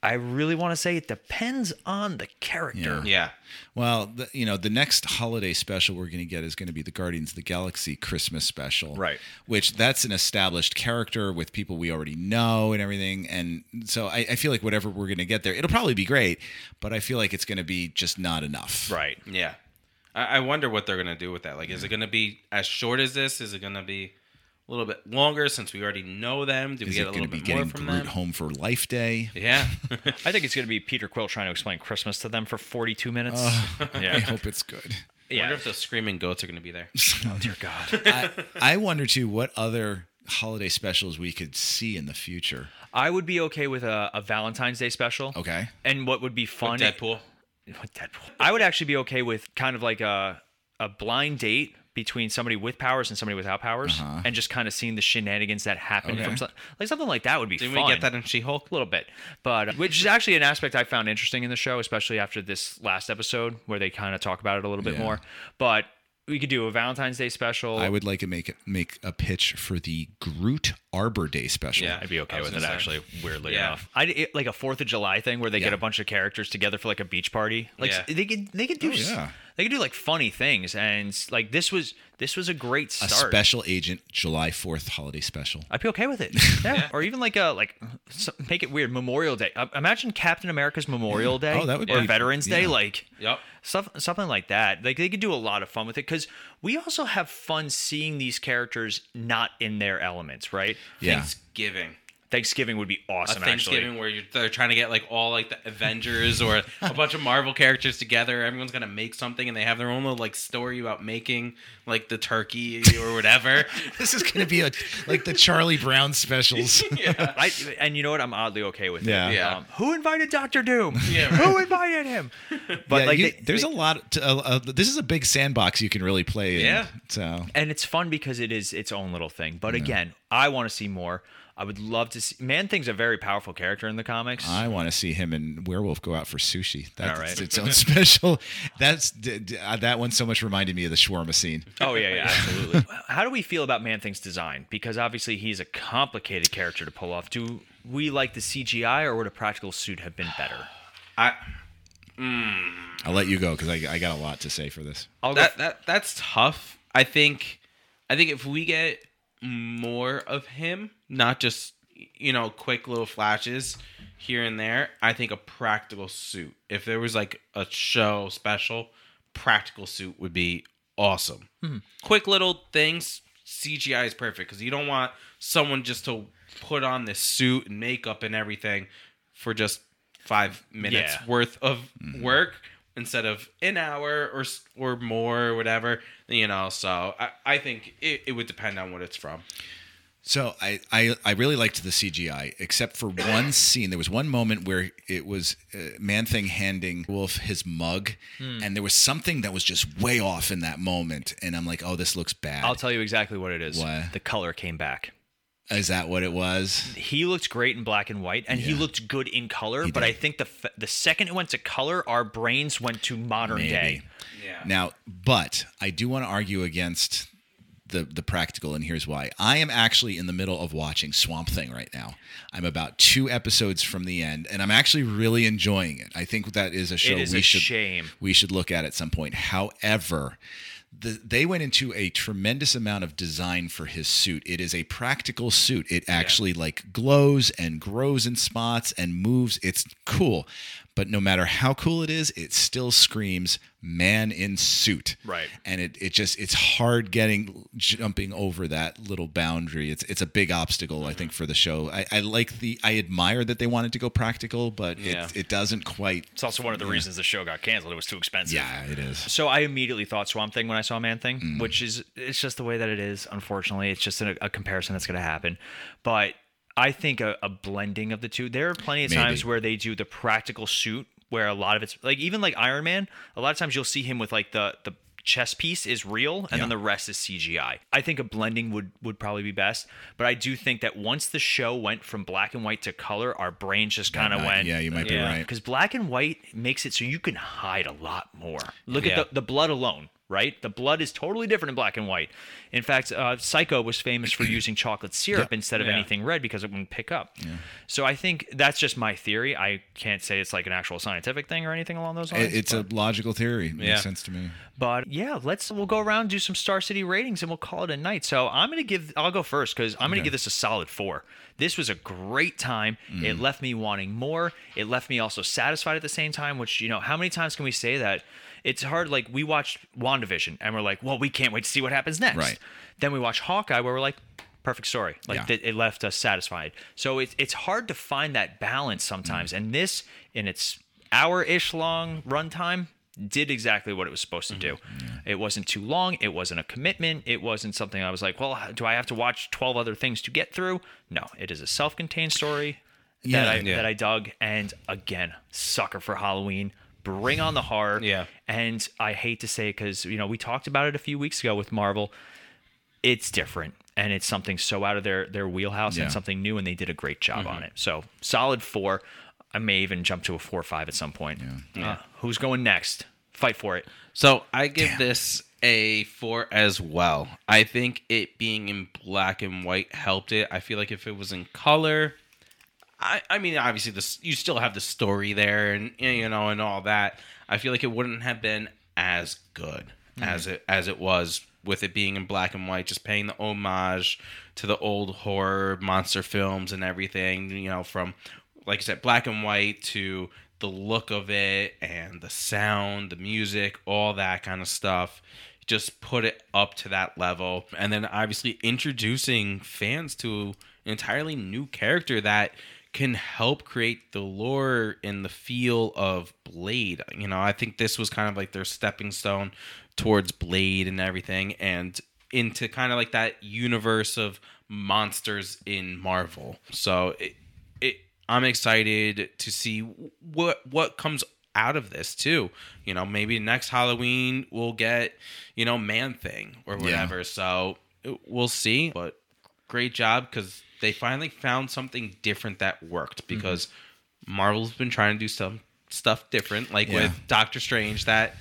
[SPEAKER 3] I really want to say it depends on the character.
[SPEAKER 6] Yeah.
[SPEAKER 5] Well, the, you know, the next holiday special we're going to get is going to be the Guardians of the Galaxy Christmas special.
[SPEAKER 3] Right.
[SPEAKER 5] Which that's an established character with people we already know and everything. And so I, I feel like whatever we're going to get there, it'll probably be great, but I feel like it's going to be just not enough.
[SPEAKER 3] Right.
[SPEAKER 6] Yeah. I, I wonder what they're gonna do with that. Like, is it gonna be as short as this? Is it gonna be a little bit longer since we already know them? Do we
[SPEAKER 5] Is
[SPEAKER 6] get a
[SPEAKER 5] it going to
[SPEAKER 6] little
[SPEAKER 5] be
[SPEAKER 6] bit more
[SPEAKER 5] getting
[SPEAKER 6] from
[SPEAKER 5] Groot
[SPEAKER 6] them?
[SPEAKER 5] home for Life Day?
[SPEAKER 6] Yeah.
[SPEAKER 3] I think it's going to be Peter Quill trying to explain Christmas to them for 42 minutes.
[SPEAKER 5] I
[SPEAKER 3] yeah.
[SPEAKER 5] hope it's good.
[SPEAKER 6] I
[SPEAKER 3] yeah.
[SPEAKER 6] wonder if the screaming goats are gonna be there.
[SPEAKER 3] oh, dear God.
[SPEAKER 5] I, I wonder too what other holiday specials we could see in the future.
[SPEAKER 3] I would be okay with a, a Valentine's Day special.
[SPEAKER 5] Okay.
[SPEAKER 3] And what would be fun?
[SPEAKER 6] Deadpool.
[SPEAKER 3] With Deadpool. I would actually be okay with kind of like a a blind date between somebody with powers and somebody without powers,
[SPEAKER 6] Uh-huh.
[SPEAKER 3] and just kind of seeing the shenanigans that happen from some, like something like that would be
[SPEAKER 6] Didn't
[SPEAKER 3] fun.
[SPEAKER 6] we get that in She Hulk?
[SPEAKER 3] a little bit, but uh, which is actually an aspect I found interesting in the show, especially after this last episode where they kind of talk about it a little bit
[SPEAKER 5] Yeah.
[SPEAKER 3] more. But we could do a Valentine's Day special.
[SPEAKER 5] I would like to make make a pitch for the Groot Arbor Day special.
[SPEAKER 6] Yeah.
[SPEAKER 3] I'd be okay
[SPEAKER 6] I was
[SPEAKER 3] with it,
[SPEAKER 6] gonna say.
[SPEAKER 3] actually. Weirdly
[SPEAKER 6] Yeah.
[SPEAKER 3] enough, I it, like a Fourth of July thing where they get
[SPEAKER 5] Yeah.
[SPEAKER 3] a bunch of characters together for like a beach party. Like
[SPEAKER 6] Yeah.
[SPEAKER 3] they could, they could do,
[SPEAKER 5] Oh,
[SPEAKER 3] s-
[SPEAKER 5] yeah.
[SPEAKER 3] they could do like funny things, and like this was this was a great
[SPEAKER 5] a
[SPEAKER 3] start.
[SPEAKER 5] special agent July 4th holiday special.
[SPEAKER 3] I'd be okay with it, yeah. Or even like a like so, make it weird Memorial Day. Uh, imagine Captain America's Memorial Day.
[SPEAKER 5] Oh, that would
[SPEAKER 3] or
[SPEAKER 5] be-
[SPEAKER 3] Veterans Day,
[SPEAKER 5] yeah.
[SPEAKER 3] like
[SPEAKER 6] Yep.
[SPEAKER 3] stuff something like that like they could do a lot of fun with it because we also have fun seeing these characters not in their elements right
[SPEAKER 5] Yeah.
[SPEAKER 6] Thanksgiving.
[SPEAKER 3] thanksgiving would be
[SPEAKER 6] A
[SPEAKER 3] awesome
[SPEAKER 6] Thanksgiving
[SPEAKER 3] actually
[SPEAKER 6] where you're, they're trying to get like all like the Avengers or a bunch of Marvel characters together. Everyone's gonna make something, and they have their own little like story about making like the turkey or whatever.
[SPEAKER 5] This is going to be a like the Charlie Brown specials.
[SPEAKER 3] I, and you know what i'm oddly okay with
[SPEAKER 5] Yeah.
[SPEAKER 3] it
[SPEAKER 6] Yeah.
[SPEAKER 3] Um, who invited dr doom
[SPEAKER 6] Yeah, right.
[SPEAKER 3] who invited him but
[SPEAKER 5] Yeah,
[SPEAKER 3] like
[SPEAKER 5] you-
[SPEAKER 3] they-
[SPEAKER 5] there's
[SPEAKER 3] they-
[SPEAKER 5] a lot. To, uh, uh, this is a big sandbox you can really play in.
[SPEAKER 6] Yeah.
[SPEAKER 5] So
[SPEAKER 3] and it's fun because it is its own little thing. But again, I want to see more. I would love to see. Man Thing's a very powerful character in the comics.
[SPEAKER 5] I want to see him and Werewolf go out for sushi. That's
[SPEAKER 3] All right.
[SPEAKER 5] its own special. That's d- d- uh, that one so much reminded me of the shawarma scene.
[SPEAKER 3] oh yeah, yeah, absolutely. How do we feel about Man Thing's design? Because obviously he's a complicated character to pull off. Do we like the CGI, or would a practical suit have been better?
[SPEAKER 6] I
[SPEAKER 5] I'll let you go because I, I got a lot to say for this.
[SPEAKER 3] I'll
[SPEAKER 6] that that that's tough. I think I think if we get more of him, not just you know quick little flashes here and there, I think a practical suit. If there was like a show special, practical suit would be awesome. Quick little things. CGI is perfect because you don't want someone just to put on this suit and makeup and everything for just five minutes
[SPEAKER 3] Yeah.
[SPEAKER 6] worth of work instead of an hour or s- or more or whatever. You know, so I, I think it, it would depend on what it's from.
[SPEAKER 5] So I, I I really liked the CGI, except for one scene. There was one moment where it was uh, Man Thing handing Wolf his mug,
[SPEAKER 3] Hmm.
[SPEAKER 5] and there was something that was just way off in that moment. And I'm like, oh, this looks bad.
[SPEAKER 3] I'll tell you exactly what it is.
[SPEAKER 5] Why?
[SPEAKER 3] The color came back.
[SPEAKER 5] Is that what it was?
[SPEAKER 3] He looked great in black and white, and he looked good in color. but I think the f- the second it went to color, our brains went to modern day.
[SPEAKER 5] Now, but I do want to argue against the the practical, and here's why. I am actually in the middle of watching Swamp Thing right now. I'm about two episodes from the end, and I'm actually really enjoying it. I think that is a show
[SPEAKER 3] It is
[SPEAKER 5] we
[SPEAKER 3] a
[SPEAKER 5] should
[SPEAKER 3] shame.
[SPEAKER 5] we should look at at some point. However. The, they went into a tremendous amount of design for his suit. It is a practical suit. It actually like glows and grows in spots and moves. It's cool. But no matter how cool it is, it still screams man in suit
[SPEAKER 3] Right.
[SPEAKER 5] and it, it just it's hard getting jumping over that little boundary it's it's a big obstacle
[SPEAKER 6] Mm-hmm.
[SPEAKER 5] i think for the show i, I like the i admire that they wanted to go practical but
[SPEAKER 6] Yeah.
[SPEAKER 5] it, it doesn't quite
[SPEAKER 3] It's also one of the reasons the show got canceled. It was too expensive.
[SPEAKER 5] yeah it is
[SPEAKER 3] So I immediately thought Swamp Thing when I saw Man Thing,
[SPEAKER 5] Mm.
[SPEAKER 3] which is it's just the way that it is. Unfortunately, it's just a, a comparison that's going to happen. But I think a, a blending of the two. There are plenty of
[SPEAKER 5] Maybe.
[SPEAKER 3] times where they do the practical suit, where a lot of it's like even like Iron Man. A lot of times you'll see him with like the the chest piece is real and then the rest is CGI. I think a blending would would probably be best, but I do think that once the show went from black and white to color, our brains just kind of
[SPEAKER 5] not-
[SPEAKER 3] went
[SPEAKER 5] yeah, you might be right.
[SPEAKER 3] because black and white makes it so you can hide a lot more. Look
[SPEAKER 6] Yeah.
[SPEAKER 3] at the, the blood alone, right? The blood is totally different in black and white. In fact, uh, Psycho was famous for using chocolate syrup instead of anything red because it wouldn't pick up. So I think that's just my theory. I can't say it's like an actual scientific thing or anything along those lines.
[SPEAKER 5] It- it's a logical theory makes
[SPEAKER 6] Yeah.
[SPEAKER 5] sense to me
[SPEAKER 3] But yeah, let's we'll go around do some Star City ratings and we'll call it a night. So I'm gonna give I'll go first because I'm gonna give this a solid four. This was a great time.
[SPEAKER 5] Mm.
[SPEAKER 3] It left me wanting more. It left me also satisfied at the same time. Which you know, how many times can we say that? It's hard. Like we watched Wandavision and we're like, well, we can't wait to see what happens next.
[SPEAKER 5] Right.
[SPEAKER 3] Then we watch Hawkeye where we're like. Perfect story. Like
[SPEAKER 5] Yeah.
[SPEAKER 3] th- it left us satisfied. So it's it's hard to find that balance sometimes.
[SPEAKER 5] Mm.
[SPEAKER 3] And this, in its hour-ish long runtime, did exactly what it was supposed
[SPEAKER 6] Mm-hmm.
[SPEAKER 3] to do. It wasn't too long. It wasn't a commitment. It wasn't something I was like, well, h- do I have to watch 12 other things to get through? No, it is a self contained story that,
[SPEAKER 5] Yeah,
[SPEAKER 3] I,
[SPEAKER 6] yeah.
[SPEAKER 3] that I dug. And again, sucker for Halloween. Bring on the horror.
[SPEAKER 6] Yeah.
[SPEAKER 3] And I hate to say because, you know, we talked about it a few weeks ago with Marvel. It's different. And it's something so out of their their wheelhouse
[SPEAKER 5] Yeah. Mm-hmm.
[SPEAKER 3] and something new, and they did a great job on it. So solid four. I may even jump to a four or five at some point. Uh, who's going next? Fight for it.
[SPEAKER 6] So I give this a four as well. I think it being in black and white helped it. I feel like if it was in color, I I mean obviously this you still have the story there and you know and all that. I feel like it wouldn't have been as good as it as it was with it being in black and white, just paying the homage to the old horror monster films and everything. You know from like I said, black and white to the look of it and the sound, the music, all that kind of stuff. Just put it up to that level. And then obviously introducing fans to an entirely new character that can help create the lore and the feel of Blade. You know, I think this was kind of like their stepping stone towards Blade and everything and into kind of like that universe of monsters in Marvel. So it, it I'm excited to see what what comes out of this too. You know, maybe next Halloween we'll get, you know, Man Thing or whatever. So we'll see, but great job cuz they finally found something different that worked because Marvel's been trying to do some stuff different like
[SPEAKER 5] Yeah.
[SPEAKER 6] with Doctor Strange that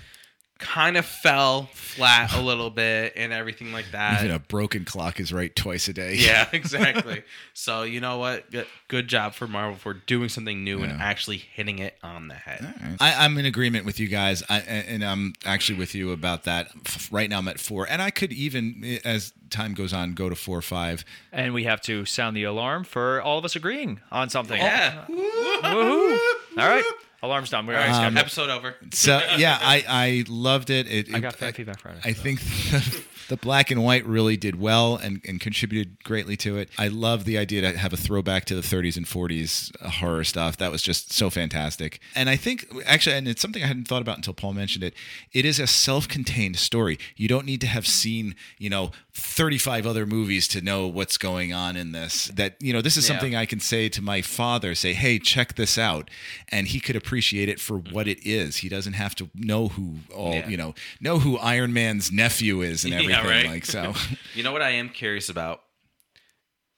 [SPEAKER 6] kind of fell flat a little bit and everything like that.
[SPEAKER 5] even a broken clock is right twice a day
[SPEAKER 6] Yeah, exactly. so you know what? Good- Good job for Marvel for doing something new and
[SPEAKER 5] Yeah.
[SPEAKER 6] actually hitting it on the head.
[SPEAKER 5] I, I'm in agreement with you guys, I, and I'm actually with you about that. F- Right now, I'm at four, and I could even, eh, as time goes on, go to four or five.
[SPEAKER 3] And we have to sound the alarm for all of us agreeing on something.
[SPEAKER 6] Yeah.
[SPEAKER 3] Woohoo. All right. Alarm's done.
[SPEAKER 5] Um,
[SPEAKER 3] We're already scheduled.
[SPEAKER 6] Episode over.
[SPEAKER 5] So yeah, I I loved it. it, it
[SPEAKER 3] I got fan feedback Friday.
[SPEAKER 5] I think the, the black and white really did well and, and contributed greatly to it. I love the idea to have a throwback to the 30s and 40s horror stuff. That was just so fantastic. And I think actually, and it's something I hadn't thought about until Paul mentioned it. It is a self-contained story. You don't need to have seen you know 35 other movies to know what's going on in this. That you know this is
[SPEAKER 6] Yeah.
[SPEAKER 5] something I can say to my father. Say, hey, check this out, and he could appreciate it for what it is. He doesn't have to know who all
[SPEAKER 6] Mm-hmm. Yeah.
[SPEAKER 5] you know know who Iron Man's nephew is and
[SPEAKER 6] Yeah,
[SPEAKER 5] everything
[SPEAKER 6] right.
[SPEAKER 5] like so.
[SPEAKER 6] You know what I am curious about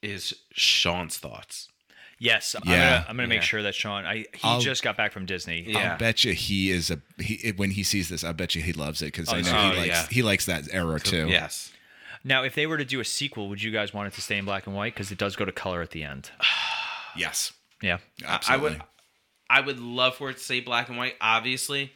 [SPEAKER 6] is Sean's thoughts.
[SPEAKER 3] Yes, I'm
[SPEAKER 5] Yeah.
[SPEAKER 3] gonna, I'm gonna make
[SPEAKER 6] Yeah.
[SPEAKER 3] sure that Sean. I he
[SPEAKER 5] I'll-
[SPEAKER 3] just got back from Disney.
[SPEAKER 5] I bet you he is a he when he sees this. I bet you he loves it because I know
[SPEAKER 6] yeah.
[SPEAKER 5] he
[SPEAKER 6] Oh,
[SPEAKER 5] likes
[SPEAKER 6] yeah.
[SPEAKER 5] he likes that era too.
[SPEAKER 6] Yes.
[SPEAKER 3] Now, if they were to do a sequel, would you guys want it to stay in black and white? Because it does go to color at the end.
[SPEAKER 5] Yes.
[SPEAKER 3] Yeah.
[SPEAKER 5] Absolutely.
[SPEAKER 6] I would I would love for it to say black and white, obviously.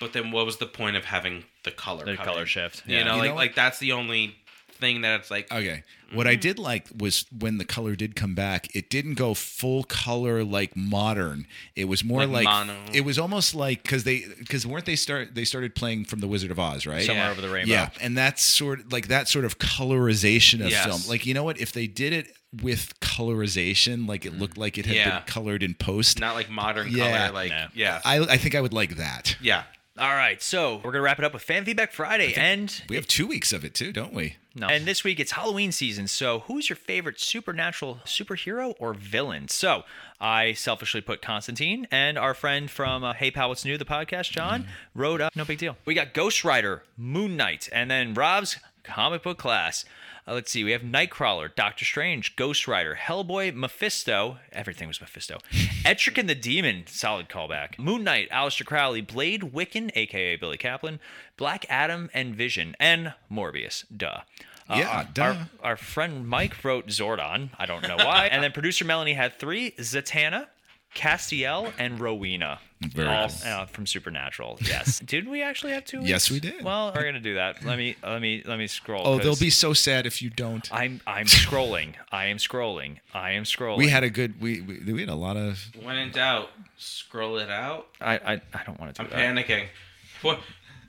[SPEAKER 6] But then what was the point of having the color?
[SPEAKER 3] The
[SPEAKER 6] come
[SPEAKER 3] color
[SPEAKER 6] in?
[SPEAKER 3] shift,
[SPEAKER 6] You
[SPEAKER 3] yeah.
[SPEAKER 6] know,
[SPEAKER 5] You
[SPEAKER 6] like
[SPEAKER 5] know what? Uh,
[SPEAKER 6] like that's the only thing that it's like
[SPEAKER 5] Okay. What I did like was when the color did come back, it didn't go full color like modern. It was more like,
[SPEAKER 6] Like mono.
[SPEAKER 5] it was almost like cuz they cuz weren't they start they started playing from the Wizard of Oz, right?
[SPEAKER 3] Somewhere
[SPEAKER 6] Yeah.
[SPEAKER 3] over the rainbow.
[SPEAKER 5] Yeah, and that's sort of like that sort of colorization of
[SPEAKER 6] Yes.
[SPEAKER 5] film. Like you know what, if they did it with colorization, like it looked like it had
[SPEAKER 6] Yeah.
[SPEAKER 5] been colored in post,
[SPEAKER 6] not like modern
[SPEAKER 5] Yeah.
[SPEAKER 6] color, like
[SPEAKER 3] No.
[SPEAKER 6] yeah.
[SPEAKER 5] I I think I would like that.
[SPEAKER 6] yeah.
[SPEAKER 3] All right, so we're gonna wrap it up with Fan Feedback Friday, and
[SPEAKER 5] We have two weeks of it too, don't we?
[SPEAKER 3] no. and this week it's Halloween season. So, who's your favorite supernatural superhero or villain? So, I selfishly put Constantine, and our friend from uh, Hey Pal, What's New, the podcast, John, wrote up. No big deal. We got Ghost Rider, Moon Knight, and then Rob's comic book class. Uh, let's see. We have Nightcrawler, Doctor Strange, Ghost Rider, Hellboy, Mephisto. Everything was Mephisto. Etrick and the Demon. Solid callback. Moon Knight, Aleister Crowley, Blade, Wiccan, aka Billy Kaplan, Black Adam, and Vision, and Morbius. Duh. Uh,
[SPEAKER 5] Yeah,
[SPEAKER 3] our-
[SPEAKER 5] duh.
[SPEAKER 3] Our, our friend Mike wrote Zordon. I don't know why. and then producer Melanie had three: Zatanna, Castiel, and Rowena.
[SPEAKER 5] Very
[SPEAKER 3] all
[SPEAKER 5] cool.
[SPEAKER 3] uh, from Supernatural. Yes. did we actually have two?
[SPEAKER 5] Yes,
[SPEAKER 3] weeks?
[SPEAKER 5] we did.
[SPEAKER 3] Well, we're gonna do that. Let me let me let me scroll.
[SPEAKER 5] Oh, they'll
[SPEAKER 3] 'cause-
[SPEAKER 5] be so sad if you don't.
[SPEAKER 3] I'm I'm scrolling. I am scrolling. I am scrolling.
[SPEAKER 5] we had a good we, we we had a lot of
[SPEAKER 6] When in doubt, scroll it out.
[SPEAKER 3] I I, I don't want to
[SPEAKER 6] I'm
[SPEAKER 3] do that.
[SPEAKER 6] panicking. What?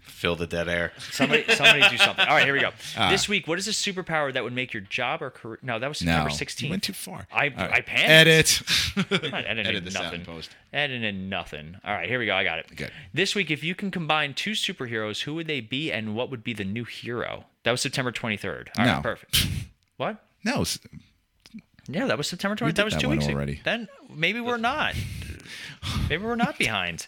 [SPEAKER 6] Fill the dead air.
[SPEAKER 3] Somebody somebody do something. All right, here we go. this week, what is a superpower that would make your job or career? No, that was
[SPEAKER 5] Ah. no.
[SPEAKER 3] September
[SPEAKER 5] You
[SPEAKER 3] sixteenth.
[SPEAKER 5] went too far.
[SPEAKER 3] I-
[SPEAKER 5] All
[SPEAKER 3] I panicked.
[SPEAKER 5] Edit.
[SPEAKER 3] I edited
[SPEAKER 5] Edit this out
[SPEAKER 3] nothing.
[SPEAKER 5] in post.
[SPEAKER 3] Edited nothing. All right, here we go. I got it.
[SPEAKER 5] Good.
[SPEAKER 3] This week, if you can combine two superheroes, who would they be, and what would be the new hero? That was September twenty third. All right,
[SPEAKER 5] No.
[SPEAKER 3] perfect. What?
[SPEAKER 5] No, s-
[SPEAKER 3] Yeah, that was September 20th.
[SPEAKER 5] did
[SPEAKER 3] That was
[SPEAKER 5] that
[SPEAKER 3] two
[SPEAKER 5] one
[SPEAKER 3] weeks ago.
[SPEAKER 5] already.
[SPEAKER 3] Then maybe we're not. maybe we're not behind.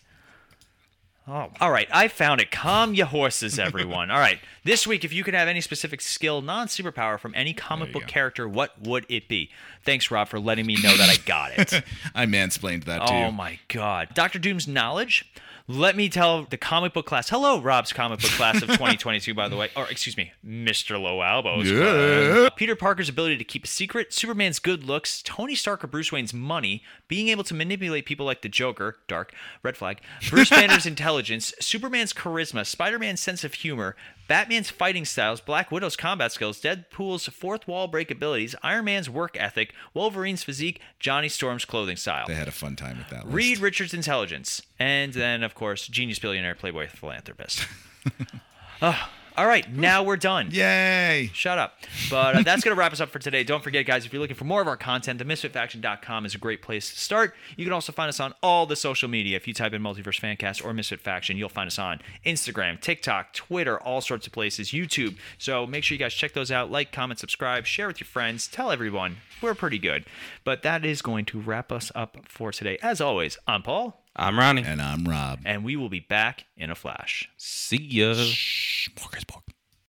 [SPEAKER 3] Oh, all right. I found it. Calm your horses, everyone. All right. This week, if you could have any specific skill, non superpower from any comic book character, what would it be? Thanks, Rob, for letting me know that I got it.
[SPEAKER 5] I mansplained that to
[SPEAKER 3] oh,
[SPEAKER 5] you.
[SPEAKER 3] my God. Dr. Doom's knowledge. Let me tell the comic book class. Hello, Rob's comic book class of 2022, by the way. Or, excuse me, Mr. Low Albo's
[SPEAKER 5] Yeah.
[SPEAKER 3] Peter Parker's ability to keep a secret, Superman's good looks, Tony Stark or Bruce Wayne's money, being able to manipulate people like the Joker, dark, red flag, Bruce Banner's intelligence, Superman's charisma, Spider Man's sense of humor, Batman's fighting styles, Black Widow's combat skills, Deadpool's fourth wall break abilities, Iron Man's work ethic, Wolverine's physique, Johnny Storm's clothing style.
[SPEAKER 5] They had a fun time with that.
[SPEAKER 3] Reed
[SPEAKER 5] list.
[SPEAKER 3] Richards' intelligence, and then of course, genius billionaire, playboy philanthropist. Ah, all right, now we're done.
[SPEAKER 5] Yay!
[SPEAKER 3] Shut up. But uh, that's going to wrap us up for today. Don't forget, guys, if you're looking for more of our content, themisfitfaction.com is a great place to start. You can also find us on all the social media. If you type in Multiverse Fancast or Misfit Faction, you'll find us on Instagram, TikTok, Twitter, all sorts of places, YouTube. So make sure you guys check those out. Like, comment, subscribe, share with your friends, tell everyone. We're pretty good. But that is going to wrap us up for today. As always, I'm Paul,
[SPEAKER 6] I'm Ronnie.
[SPEAKER 5] And I'm Rob.
[SPEAKER 3] and we will be back in a flash.
[SPEAKER 6] See ya.
[SPEAKER 5] Shh, Marcus, Marcus.